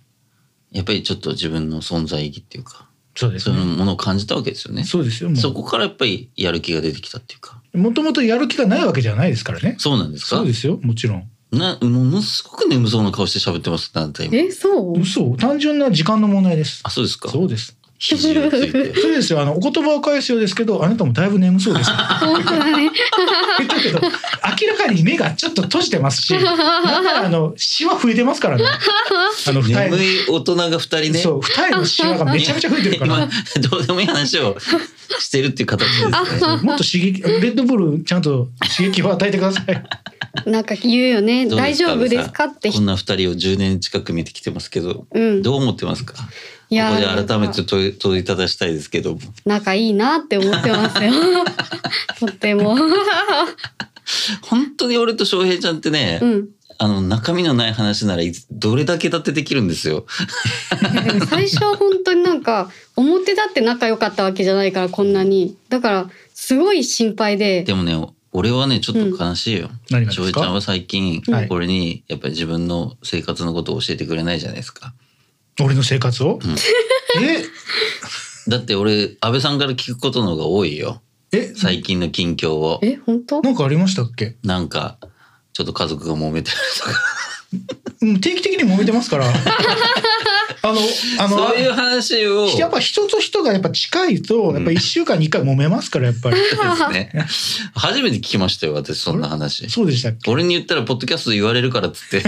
[SPEAKER 4] やっぱりちょっと自分の存在意義っていうか、
[SPEAKER 2] そうです
[SPEAKER 4] そういう
[SPEAKER 2] ね
[SPEAKER 4] ものを感じたわけですよね。
[SPEAKER 2] そうですよも
[SPEAKER 4] そこからやっぱりやる気が出てきたっていうか。
[SPEAKER 2] うもともとやる気がないわけじゃないですからね
[SPEAKER 4] そうなんですか
[SPEAKER 2] そうですよもちろん
[SPEAKER 4] なものすごく眠そうな顔して喋ってますなんて今。
[SPEAKER 3] えそう
[SPEAKER 2] 嘘単純な時間の問題です
[SPEAKER 4] あ、そうですか。
[SPEAKER 2] そうです
[SPEAKER 4] 肘をついて。
[SPEAKER 2] そうですよあのお言葉を返すようですけどあなたもだいぶ眠そう ですね
[SPEAKER 3] 本当だね。
[SPEAKER 2] 言ったけど明らかに目がちょっと閉じてますしなんならあのシワ増えてますからねあの二
[SPEAKER 4] 眠
[SPEAKER 2] 重
[SPEAKER 4] い大人が二人ね。
[SPEAKER 2] そう二重のシワがめちゃめちゃ増えてるか
[SPEAKER 4] 今
[SPEAKER 2] ら
[SPEAKER 4] どうでもいい話をしてるっていう形ですね。
[SPEAKER 2] もっと刺激レッドブルちゃんと刺激を与えてください
[SPEAKER 3] なんか言うよ ね。
[SPEAKER 4] どうで
[SPEAKER 3] 大
[SPEAKER 4] すか
[SPEAKER 3] 丈夫ですかって
[SPEAKER 4] こ。んな二人を10年近く見てきてますけど、
[SPEAKER 3] うん。
[SPEAKER 4] どう思ってますか。こ
[SPEAKER 3] いや
[SPEAKER 4] こで
[SPEAKER 3] ー
[SPEAKER 4] 改めて問い問いただしたいですけども、
[SPEAKER 3] 仲いいなって思ってますよ。 とっても。
[SPEAKER 4] 本当に俺と翔平ちゃんってね、
[SPEAKER 3] うん。
[SPEAKER 4] あの中身のない話ならいつどれだけだってできるんですよ。
[SPEAKER 3] いやでも最初は本当になんか表だって仲良かったわけじゃないからこんなに。だからすごい心配で。
[SPEAKER 4] でもね、俺はねちょっと悲しいよ。
[SPEAKER 2] 何がです
[SPEAKER 4] 翔
[SPEAKER 2] か
[SPEAKER 4] 平ちゃんは最近
[SPEAKER 2] はい
[SPEAKER 4] 俺にやっぱり自分の生活のことを教えてくれないじゃないですか。
[SPEAKER 2] 俺の生活を、え
[SPEAKER 4] だって俺安倍さんから聞くことの方が多いよ。
[SPEAKER 2] え
[SPEAKER 4] 最近の近況を
[SPEAKER 3] え本当？
[SPEAKER 2] なんかありましたっけ
[SPEAKER 4] なんかちょっと家族が揉めてるとか
[SPEAKER 2] うん定期的に揉め てますからあのあの
[SPEAKER 4] そういう話を
[SPEAKER 2] やっぱ人と人がやっぱ近いとやっぱ1週間に1回揉めますからやっぱ り、
[SPEAKER 4] ですね初めて聞きましたよ私そんな話
[SPEAKER 2] そうでしたっけ
[SPEAKER 4] 俺に言ったらポッドキャストで言われるからっつ って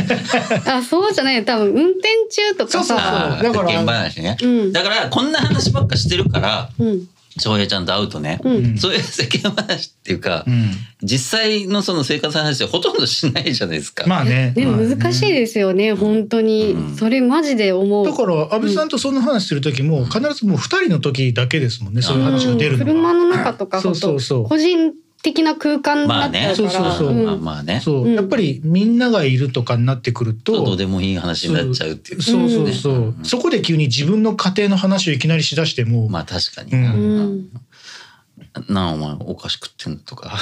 [SPEAKER 3] あそうじゃない。多分運転中とかさ。
[SPEAKER 4] あ
[SPEAKER 2] だから
[SPEAKER 4] ー世間話ね、
[SPEAKER 3] うん
[SPEAKER 4] だからこんな話ばっかしてるから
[SPEAKER 3] うん
[SPEAKER 4] 翔平ちゃんと会うとね、
[SPEAKER 3] うん。
[SPEAKER 4] そういう世間話っていうか、
[SPEAKER 2] うん
[SPEAKER 4] 実際のその生活の話はほとんどしないじゃないですか、
[SPEAKER 2] まあね
[SPEAKER 3] でも難しい
[SPEAKER 2] す、
[SPEAKER 3] ですよね本当に
[SPEAKER 4] うん
[SPEAKER 3] それマジで思う。
[SPEAKER 2] だから安倍さんとそんな話する時も必ずもう2人の時だけですもんねそういう話が出るの
[SPEAKER 3] うん車
[SPEAKER 2] が、
[SPEAKER 3] の中とか
[SPEAKER 2] そ
[SPEAKER 3] 本
[SPEAKER 2] う
[SPEAKER 3] 当
[SPEAKER 2] そうそう
[SPEAKER 3] 個人的な空間に
[SPEAKER 4] ま
[SPEAKER 3] な
[SPEAKER 4] あ
[SPEAKER 3] っち
[SPEAKER 4] ね
[SPEAKER 3] ゃうから、
[SPEAKER 2] そうそうそう
[SPEAKER 4] まあ
[SPEAKER 3] ん
[SPEAKER 4] まあねちょっ
[SPEAKER 2] そう、
[SPEAKER 3] うん
[SPEAKER 2] やっぱりみんながいるとかになってくる
[SPEAKER 4] と
[SPEAKER 2] と
[SPEAKER 4] どうでもいい話になっちゃうっていう
[SPEAKER 2] そうそうそう、
[SPEAKER 4] うん
[SPEAKER 2] そこで急に自分の家庭の話をいきなりしだしても、
[SPEAKER 4] まあ確かにな、
[SPEAKER 2] うん
[SPEAKER 3] うん
[SPEAKER 4] なあお前お菓子食ってんのとか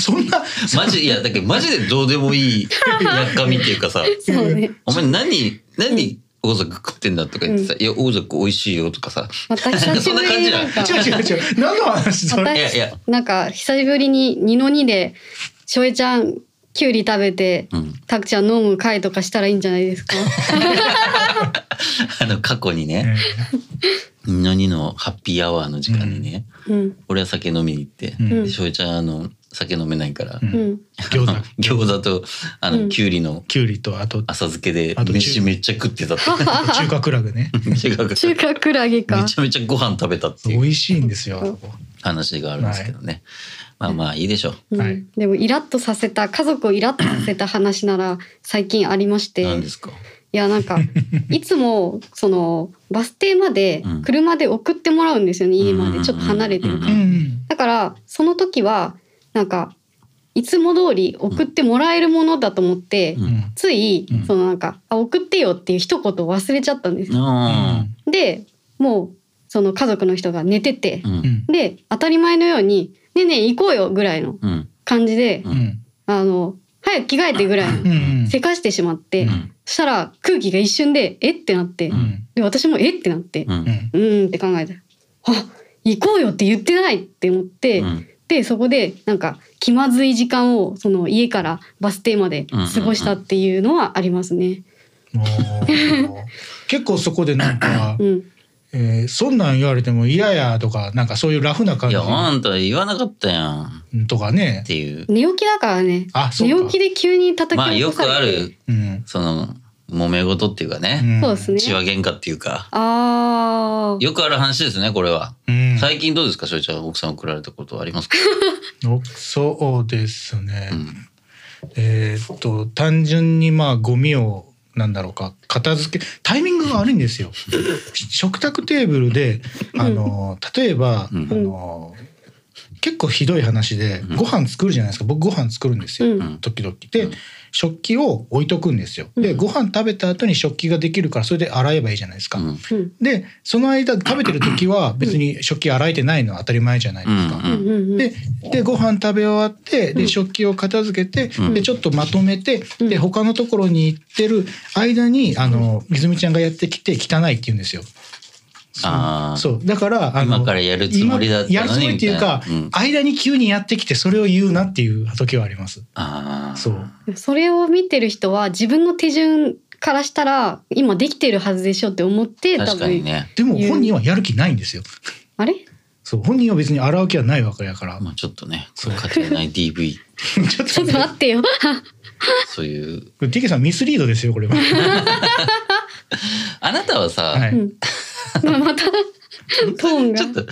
[SPEAKER 2] そんな
[SPEAKER 4] マジいやだけどマジでどうでもいいやっかみっていうか さ
[SPEAKER 3] そうね
[SPEAKER 4] お前何何王族食ってんだとか言ってさ、いや王族美味しいよとかさ
[SPEAKER 3] また久しぶりになんか
[SPEAKER 2] 違う違う違 う何の話それ
[SPEAKER 4] い
[SPEAKER 3] 私
[SPEAKER 4] やいや
[SPEAKER 3] なんか久しぶりに二の二でしょえちゃんきゅうり食べて
[SPEAKER 4] うん
[SPEAKER 3] たくちゃん飲む会とかしたらいいんじゃないです か
[SPEAKER 4] あの過去にね「のにのハッピーアワー」の時間にね、
[SPEAKER 3] うん
[SPEAKER 4] 俺は酒飲みに行って
[SPEAKER 2] うん
[SPEAKER 3] うん
[SPEAKER 4] 翔平、ちゃんあの酒飲めないから、
[SPEAKER 2] うん
[SPEAKER 3] うん
[SPEAKER 2] 餃子
[SPEAKER 4] 餃子とあの、
[SPEAKER 3] うん
[SPEAKER 4] きゅうりの
[SPEAKER 2] きゅうりとあと
[SPEAKER 4] 浅漬けで
[SPEAKER 2] あと
[SPEAKER 4] 飯めっちゃ食ってたって
[SPEAKER 2] 中華クラゲね
[SPEAKER 4] 違うから
[SPEAKER 3] 中華クラゲか
[SPEAKER 4] めちゃめちゃご飯食べたってい
[SPEAKER 2] 美
[SPEAKER 4] う
[SPEAKER 2] 味しいんですよあそこ
[SPEAKER 4] 話があるんですけどね、まあまあいいでしょう。
[SPEAKER 3] うん
[SPEAKER 2] はい
[SPEAKER 3] でもイラッとさせた家族をイラッとさせた話なら最近ありまして
[SPEAKER 4] 何ですか
[SPEAKER 3] いやな んかいつもそのバス停まで
[SPEAKER 4] うん
[SPEAKER 3] 車で送ってもらうんですよね、家ま
[SPEAKER 4] うんうんうん
[SPEAKER 3] でちょっと離れてるから、
[SPEAKER 2] うんうん
[SPEAKER 3] だからその時はなんかいつも通り送ってもらえるものだと思って、
[SPEAKER 4] うん
[SPEAKER 2] うん
[SPEAKER 3] つい、
[SPEAKER 2] うん
[SPEAKER 3] そのなんか「あ送ってよ」っていう一言を忘れちゃったんですよ。
[SPEAKER 4] あ
[SPEAKER 3] でもうその家族の人が寝てて
[SPEAKER 4] あ、う、ん
[SPEAKER 2] うん
[SPEAKER 3] で当たり前のように「ねえねえ行こうよ」ぐらいの
[SPEAKER 4] うん
[SPEAKER 3] 感じで、
[SPEAKER 4] う
[SPEAKER 2] うん
[SPEAKER 3] あの早く着替えてぐらいの
[SPEAKER 2] うんうん
[SPEAKER 3] せかしてしまって、
[SPEAKER 2] うん
[SPEAKER 3] そしたら空気が一瞬で「えっ?」てなって、
[SPEAKER 2] うん
[SPEAKER 3] で私も「えっ?」てなって
[SPEAKER 4] う
[SPEAKER 3] 「
[SPEAKER 4] んう
[SPEAKER 2] う
[SPEAKER 4] ん
[SPEAKER 2] ん
[SPEAKER 3] うーん」って考えたら「あ行こうよ」って言ってないって思って、でそこでなんか気まずい時間をその家からバス停まで過ごしたっていうのはありますね。
[SPEAKER 2] もう結構そこでなんか
[SPEAKER 3] う、ん、
[SPEAKER 2] えーそんなん言われても嫌やとかなんかそういうラフな感
[SPEAKER 4] いやあ
[SPEAKER 2] じ
[SPEAKER 4] んた言わなかったやんっ
[SPEAKER 2] とかね
[SPEAKER 4] ていう
[SPEAKER 3] 寝起きだからね
[SPEAKER 2] あそう
[SPEAKER 3] 寝
[SPEAKER 2] か
[SPEAKER 3] 起きで急に叩
[SPEAKER 4] ま
[SPEAKER 3] き
[SPEAKER 4] あ
[SPEAKER 3] 起
[SPEAKER 4] よ
[SPEAKER 3] こ
[SPEAKER 4] く
[SPEAKER 3] されて、
[SPEAKER 4] ある
[SPEAKER 2] うん
[SPEAKER 4] その揉め事っていうかね、
[SPEAKER 2] ん
[SPEAKER 3] そうですね
[SPEAKER 4] 血は喧嘩っていうか
[SPEAKER 3] ああ
[SPEAKER 4] よくある話ですねこれは、
[SPEAKER 2] うん
[SPEAKER 4] 最近どうですかしょうちゃん奥さん送られたことはありますか、
[SPEAKER 2] おそうですね、
[SPEAKER 4] うん
[SPEAKER 2] えーっと単純にまあゴミをなんだろうか片付けタイミングが悪いんですよし食卓テーブルであの例えば、
[SPEAKER 4] うん
[SPEAKER 2] あの結構ひどい話でご飯作るじゃないですか僕ご飯作るんですよ、
[SPEAKER 3] うん
[SPEAKER 2] 時々で食器を置いとくんですよで
[SPEAKER 3] うん
[SPEAKER 2] ご飯食べた後に食器ができるからそれで洗えばいいじゃないですか、
[SPEAKER 4] うん
[SPEAKER 3] うん
[SPEAKER 2] でその間食べてる時は別に食器洗えてないのは当たり前じゃないですか、
[SPEAKER 4] うん
[SPEAKER 3] うんうんうん
[SPEAKER 2] ででご飯食べ終わって
[SPEAKER 3] う
[SPEAKER 2] で
[SPEAKER 3] ん
[SPEAKER 2] 食器を片付けて、
[SPEAKER 4] うん
[SPEAKER 2] でちょっとまとめて、
[SPEAKER 3] うん
[SPEAKER 2] で他のところに行ってる間にあの泉ちゃんがやってきて汚いって言うんですよ。そう
[SPEAKER 4] あー
[SPEAKER 2] そうだからあの
[SPEAKER 4] 今からやるつもりだったのに
[SPEAKER 2] 今やるつもりっていうか
[SPEAKER 4] みたいなうん
[SPEAKER 2] 間に急にやってきてそれを言うなっていう時はあります。
[SPEAKER 4] ああ
[SPEAKER 2] そう
[SPEAKER 3] それを見てる人は自分の手順からしたら今できてるはずでしょって思って多
[SPEAKER 4] 確かに
[SPEAKER 3] 分、
[SPEAKER 4] ね。
[SPEAKER 2] でも本人はやる気ないんですよ。
[SPEAKER 3] あれ
[SPEAKER 2] そう本人は別に洗う気はないわけやから。
[SPEAKER 4] まあちょっとね、
[SPEAKER 2] そう
[SPEAKER 4] 家庭内 DV、
[SPEAKER 2] ちょっ
[SPEAKER 3] ちょっと待ってよ
[SPEAKER 4] そういう。
[SPEAKER 2] と TK さんミスリードですよこれは。
[SPEAKER 4] あなたはさ、
[SPEAKER 2] は
[SPEAKER 3] う
[SPEAKER 2] い。
[SPEAKER 3] んまあまたトーンが
[SPEAKER 4] ちょっと、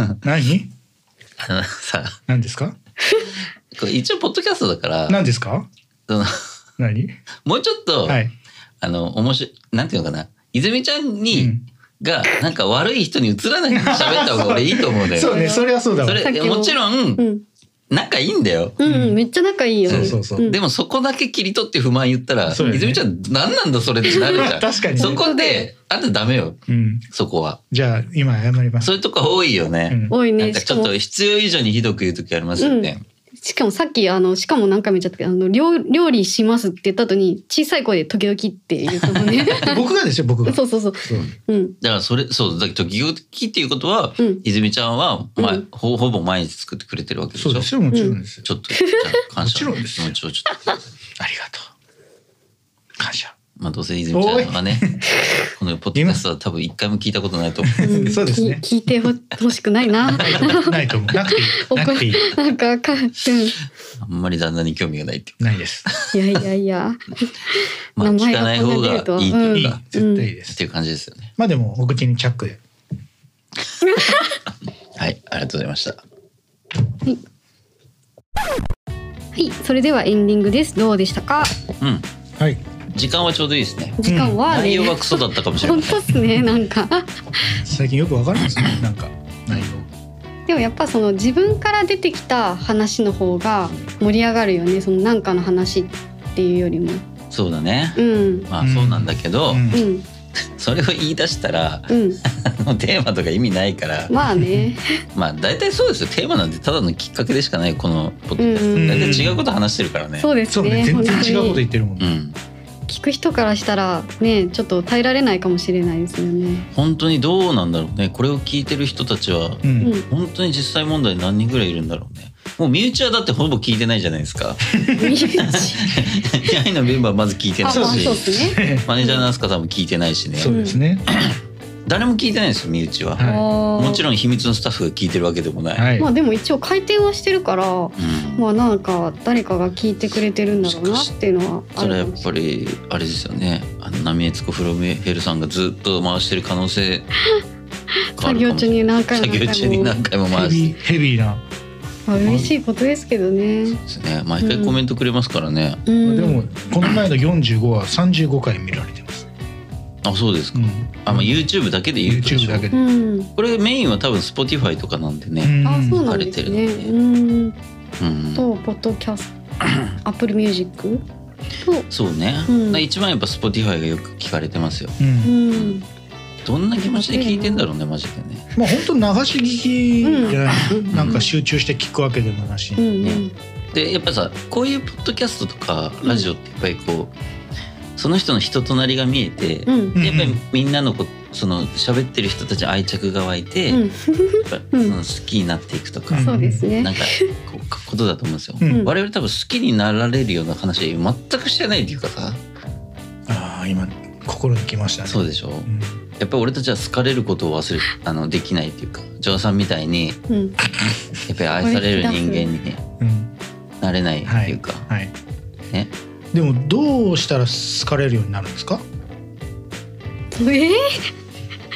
[SPEAKER 4] あの、
[SPEAKER 2] 何？
[SPEAKER 4] あのさ、
[SPEAKER 2] 何ですか？
[SPEAKER 4] これ一応ポッドキャストだから、
[SPEAKER 2] 何ですか？
[SPEAKER 4] その
[SPEAKER 2] 何？
[SPEAKER 4] もうちょっと、
[SPEAKER 2] はい。
[SPEAKER 4] あの、面白い、なんていうのかな。泉ちゃんに、
[SPEAKER 2] うん
[SPEAKER 4] が、なんか悪い人に映らないように喋った方が俺いいと思うんだよ。
[SPEAKER 2] そうねそれはそうだわ。
[SPEAKER 4] そ
[SPEAKER 3] さっき
[SPEAKER 4] れ
[SPEAKER 3] も
[SPEAKER 4] もちろん、
[SPEAKER 3] うん
[SPEAKER 4] 仲いいんだよ。
[SPEAKER 3] うん、うん、めっちゃ仲いいよ
[SPEAKER 2] そうそうそう
[SPEAKER 3] うん
[SPEAKER 4] でもそこだけ切り取って不満言ったら、
[SPEAKER 2] そうだね
[SPEAKER 4] 泉ちゃん何なんだそれってなるじゃん。
[SPEAKER 2] 確かにね
[SPEAKER 4] そこで、あんたダメよ、
[SPEAKER 2] うん。
[SPEAKER 4] そこは。
[SPEAKER 2] じゃあ今謝ります。
[SPEAKER 4] そういうとこ多いよ
[SPEAKER 2] う
[SPEAKER 4] ね。
[SPEAKER 2] ん
[SPEAKER 3] 多い
[SPEAKER 4] なん
[SPEAKER 3] ね
[SPEAKER 4] か
[SPEAKER 3] し
[SPEAKER 4] ち
[SPEAKER 3] か
[SPEAKER 4] ょっ
[SPEAKER 3] も
[SPEAKER 4] と必要以上にひどく言うときありますよね。
[SPEAKER 3] しかもさっきあのしかも何回も言っちゃったけどあの料料理しますって言った後に小さい声で時々って言うと ね
[SPEAKER 2] 僕がですよ僕が。
[SPEAKER 3] そうそうそう
[SPEAKER 2] そう
[SPEAKER 3] うん
[SPEAKER 4] だからそれ、そう、だけど、時々っていうことは、
[SPEAKER 3] うん
[SPEAKER 4] 泉ちゃんは、ま
[SPEAKER 3] うん
[SPEAKER 4] ほほぼ毎日作ってくれてるわけでし
[SPEAKER 2] そ
[SPEAKER 4] ょ
[SPEAKER 2] うですよもちろんですよ。
[SPEAKER 4] ちょっと、じゃあ感謝の
[SPEAKER 2] もちろんです
[SPEAKER 4] 気持ちをちょっと。
[SPEAKER 2] ありがとう。感謝。
[SPEAKER 4] まあ、どうせ泉ちゃんはね、このポッドキャストは多分一回も聞いたことないと思う。
[SPEAKER 3] ん
[SPEAKER 2] そうですね
[SPEAKER 3] き聞いてほ欲しくないな
[SPEAKER 2] ないと思う。なくていい。なくていい。
[SPEAKER 3] なんかか、うん、い
[SPEAKER 4] あんまり旦那に興味がないっていう。
[SPEAKER 2] ないです。
[SPEAKER 3] やいやいや
[SPEAKER 4] まあ、
[SPEAKER 3] 名
[SPEAKER 4] 聞
[SPEAKER 3] 前
[SPEAKER 4] か
[SPEAKER 3] が
[SPEAKER 4] ない方がいいと
[SPEAKER 3] う
[SPEAKER 2] い
[SPEAKER 4] い
[SPEAKER 2] いう
[SPEAKER 4] か、
[SPEAKER 2] 絶対いいで
[SPEAKER 4] っ
[SPEAKER 2] す。
[SPEAKER 4] ていう感じですよね。
[SPEAKER 2] まあでもお口にチャックで。
[SPEAKER 4] はい、ありがとうございました。
[SPEAKER 3] はいそれではエンディングですどうでしたか
[SPEAKER 4] うん、
[SPEAKER 2] はい。
[SPEAKER 4] 時間はちょうどいいですね。
[SPEAKER 3] 時間は
[SPEAKER 4] 内
[SPEAKER 3] ね、
[SPEAKER 4] 容はクソだったかもしれ
[SPEAKER 3] 本
[SPEAKER 4] ません。
[SPEAKER 3] 当っすねなんか
[SPEAKER 2] 最近よくわかるんですよね。なんか内容。
[SPEAKER 3] でもやっぱその自分から出てきた話の方が盛り上がるよねそのなんかの話っていうよりも
[SPEAKER 4] そうだね
[SPEAKER 3] う。ん
[SPEAKER 4] まあ、そうなんだけど、
[SPEAKER 2] うん
[SPEAKER 3] う。ん
[SPEAKER 4] それを言い出したら、
[SPEAKER 3] うん
[SPEAKER 4] あのテーマとか意味ないから、
[SPEAKER 3] ま あね
[SPEAKER 4] まあ、大体そうですよ。テーマなんてただのきっかけでしかない、このポッドキャスト。
[SPEAKER 3] うん
[SPEAKER 4] 大体違うこと話してるからね。
[SPEAKER 3] そうです
[SPEAKER 2] そう
[SPEAKER 3] ね
[SPEAKER 2] ね。全
[SPEAKER 3] 本
[SPEAKER 2] 然違うこと
[SPEAKER 3] 当に
[SPEAKER 2] 言ってるもん
[SPEAKER 4] う
[SPEAKER 2] ね。
[SPEAKER 4] ん、
[SPEAKER 3] 聞く人からしたらねちょっと耐えられないかもしれないですよね
[SPEAKER 4] 本当にどうなんだろうね。これを聞いてる人たちは、
[SPEAKER 2] う
[SPEAKER 3] うん
[SPEAKER 2] ん。
[SPEAKER 4] 本当に実際問題何人ぐらいいるんだろうね。もう身内はだってほぼ聞いてないじゃないですか。AI のメンバーまず聞いて
[SPEAKER 3] あ
[SPEAKER 4] な
[SPEAKER 3] ま
[SPEAKER 4] い
[SPEAKER 3] あ
[SPEAKER 4] し
[SPEAKER 2] そう
[SPEAKER 3] そうっすね
[SPEAKER 4] マネージャーのアスカさんも聞いてないしね
[SPEAKER 2] そうですね。
[SPEAKER 4] 誰も聞いてないですよ身内は、
[SPEAKER 2] はい
[SPEAKER 4] もち
[SPEAKER 3] ろ
[SPEAKER 4] ろん秘密のスタッフが聞いてるわけでもない、
[SPEAKER 2] はい
[SPEAKER 3] ま。あでも一応回転はしてるから
[SPEAKER 4] うん
[SPEAKER 3] まあなんか誰かが聞いてくれてるんだろうなっていうのはあ
[SPEAKER 4] そ
[SPEAKER 3] る
[SPEAKER 4] れはや
[SPEAKER 3] か
[SPEAKER 4] っ
[SPEAKER 3] もし
[SPEAKER 4] ぱりあれですよねあの浪江津子フロムヘルさんがずっと回してる可能性があ
[SPEAKER 3] 作
[SPEAKER 4] るか
[SPEAKER 3] 業
[SPEAKER 4] も
[SPEAKER 3] 中に何回も
[SPEAKER 4] 作業中
[SPEAKER 3] 何
[SPEAKER 4] に
[SPEAKER 3] 回
[SPEAKER 4] 何
[SPEAKER 3] も
[SPEAKER 4] 回も
[SPEAKER 2] ヘ
[SPEAKER 4] 回
[SPEAKER 2] ビー
[SPEAKER 4] して
[SPEAKER 2] ヘビーな。
[SPEAKER 3] まあ嬉しいことですけどね
[SPEAKER 4] ですね毎回コメントくれますからね、
[SPEAKER 3] うん
[SPEAKER 2] でもこの前の45は35回見られてます。
[SPEAKER 4] あそうですか、
[SPEAKER 2] うん。
[SPEAKER 4] あまあ YouTube だけで言うとでし
[SPEAKER 2] YouTube
[SPEAKER 4] ょ
[SPEAKER 2] だけ
[SPEAKER 3] う
[SPEAKER 2] で。。
[SPEAKER 3] ん
[SPEAKER 4] これメインは多分 Spotify とかなんでね、
[SPEAKER 3] あ、そううなんですね。
[SPEAKER 4] 流れてる
[SPEAKER 3] う
[SPEAKER 4] の
[SPEAKER 3] ん。
[SPEAKER 4] うん
[SPEAKER 3] と、ポッドキャスト、アップルミュージックと、
[SPEAKER 4] そうね、
[SPEAKER 3] うん
[SPEAKER 4] だから一番やっぱ Spotify がよく聞かれてますよ
[SPEAKER 3] うんん。
[SPEAKER 4] どんな気持ちで聞いてんだろうねマジでね
[SPEAKER 2] まあ本当流し聞きじゃない。
[SPEAKER 3] うん
[SPEAKER 2] なんか集中して聞くわけでもなし
[SPEAKER 3] う。んうん。
[SPEAKER 4] でやっぱさこういうポッドキャストとかラジオってやっぱりこうその人の人となりが見えて、
[SPEAKER 3] うん。
[SPEAKER 2] うん
[SPEAKER 4] でやっぱりみんなのこその喋ってる人たちに愛着が湧いて、やっ
[SPEAKER 3] うん
[SPEAKER 4] ぱ
[SPEAKER 3] うん
[SPEAKER 4] その好きになっていくとか、
[SPEAKER 2] うん
[SPEAKER 3] そうですね
[SPEAKER 4] な。んかこうか ことだと思うんですよ。
[SPEAKER 2] うん
[SPEAKER 3] ん
[SPEAKER 4] 我々多分好きになられるような話は全くしてないっていうかさ
[SPEAKER 2] ああ今心にきましたね。
[SPEAKER 4] そうでしょ
[SPEAKER 2] うん。
[SPEAKER 4] やっぱり俺たちは好かれることを忘れあのできないっていうかジョアさんみたいに
[SPEAKER 3] うん。
[SPEAKER 4] やっぱり愛される人間に
[SPEAKER 2] うん。
[SPEAKER 4] なれないっていうか、
[SPEAKER 2] はい。
[SPEAKER 4] ね。
[SPEAKER 2] でもどうしたら好かれるようになるんですか？
[SPEAKER 3] え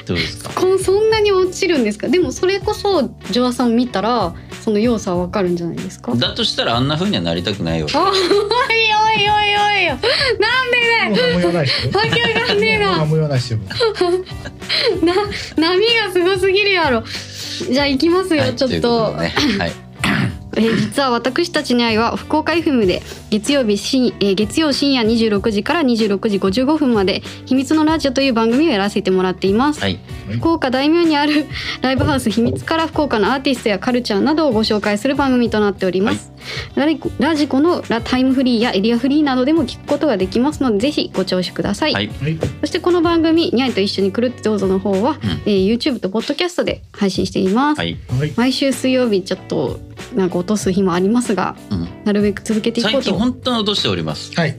[SPEAKER 4] どうですか
[SPEAKER 3] ー、こんそんなに落ちるんですか。でもそれこそジョアさん見たらその要素はわかるんじゃないですか。
[SPEAKER 4] だとしたらあんな風にはなりたくないよ。
[SPEAKER 3] あ、おいおいおいおい よ。
[SPEAKER 2] もう何も言わないですよ。
[SPEAKER 3] わけわかんねえ
[SPEAKER 2] もう
[SPEAKER 3] な
[SPEAKER 2] 何。も言わないですよ。
[SPEAKER 3] な波がすごすぎるやろ。じゃあ行きますよ。
[SPEAKER 4] はい
[SPEAKER 3] ちょっ
[SPEAKER 4] いうこと
[SPEAKER 3] と
[SPEAKER 4] でね、はい。
[SPEAKER 3] えー実は私たちに愛は福岡 FM で月曜日深、えー月曜深夜26時から26時55分まで「秘密のラジオ」という番組をやらせてもらっています、
[SPEAKER 4] はい。
[SPEAKER 3] 福岡大名にある ライブハウス秘密から福岡のアーティストやカルチャーなどをご紹介する番組となっております、ラジラジコのラタイムフリーやエリアフリーなどでも聞くことができますのでぜひご聴取ください、
[SPEAKER 4] はい
[SPEAKER 2] はい。
[SPEAKER 3] そしてこの番組「にゃいと一緒に来るってどうぞ」の方は、えー YouTube と Podcast で配信しています、
[SPEAKER 4] はい。
[SPEAKER 2] はい。
[SPEAKER 3] 毎週水曜日ちょっとなんか落とす日もありますが
[SPEAKER 4] うん
[SPEAKER 3] なるべく続けていこ
[SPEAKER 4] 最
[SPEAKER 3] う
[SPEAKER 4] 近
[SPEAKER 3] と
[SPEAKER 4] 本当に落としております。
[SPEAKER 2] はい。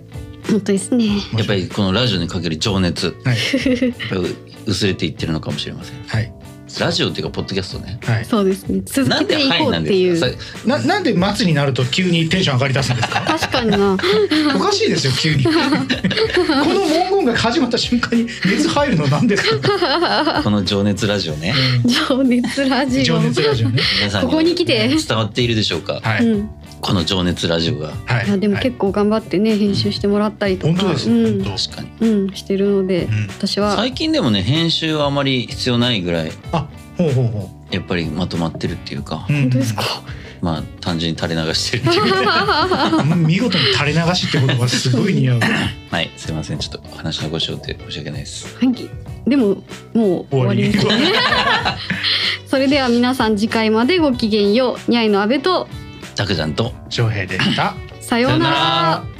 [SPEAKER 3] 本当ですね。
[SPEAKER 4] やっぱりこのラジオにかける情熱
[SPEAKER 2] は
[SPEAKER 4] や
[SPEAKER 2] い
[SPEAKER 4] っぱり薄れていってるのかもしれません
[SPEAKER 2] はい
[SPEAKER 4] ラジオっていうかポッドキャストね
[SPEAKER 2] はい
[SPEAKER 3] そうですね。続
[SPEAKER 4] な
[SPEAKER 3] け
[SPEAKER 4] んで
[SPEAKER 3] てい
[SPEAKER 4] はい
[SPEAKER 3] こう
[SPEAKER 4] な
[SPEAKER 3] っ
[SPEAKER 4] ん
[SPEAKER 3] てい
[SPEAKER 4] です
[SPEAKER 3] う。
[SPEAKER 4] か
[SPEAKER 2] ななんで末になると急にテンション上がり出すんです か
[SPEAKER 3] 確かにな。
[SPEAKER 2] おかしいですよ 急にこの文言が始まった瞬間に熱入るのなんです か、
[SPEAKER 4] さこの情熱ラジオ ね
[SPEAKER 3] 情熱ラジオ。
[SPEAKER 2] 情熱ラジオね
[SPEAKER 4] 皆さん
[SPEAKER 3] ここに来て。
[SPEAKER 4] 伝わっているでしょうか
[SPEAKER 2] は
[SPEAKER 3] う
[SPEAKER 2] い、
[SPEAKER 3] ん。
[SPEAKER 4] この情熱ラジオが
[SPEAKER 2] はい
[SPEAKER 3] いやでも
[SPEAKER 2] はい
[SPEAKER 3] 結構頑張ってね編集してもらったりとか。
[SPEAKER 2] 本当です
[SPEAKER 3] う
[SPEAKER 2] よ、
[SPEAKER 3] ん
[SPEAKER 2] 本
[SPEAKER 4] 確かに
[SPEAKER 3] うんしてるので
[SPEAKER 2] 当、うん、
[SPEAKER 3] 私は
[SPEAKER 4] 最近でもね編集はあまり必要ないぐらい
[SPEAKER 2] あほうほうほ
[SPEAKER 4] やっぱりまとまってるっていうか
[SPEAKER 2] う、うん、
[SPEAKER 3] 本当ですか。
[SPEAKER 4] まあ単純に垂れ流してるっていう
[SPEAKER 2] うん見事に垂れ流しってことがすごい似合 う
[SPEAKER 4] はいすいませんちょっとお話のご承知で申し訳ないです
[SPEAKER 3] はい。でももう終
[SPEAKER 2] 終
[SPEAKER 3] わ
[SPEAKER 2] わ
[SPEAKER 3] り
[SPEAKER 2] り
[SPEAKER 3] です。 それでは皆さん次回までごきげんよう。にゃいの阿部と
[SPEAKER 4] たくちゃんと
[SPEAKER 2] 翔平でした
[SPEAKER 3] さよう
[SPEAKER 4] さ
[SPEAKER 3] な
[SPEAKER 4] ような
[SPEAKER 3] ら
[SPEAKER 4] ら。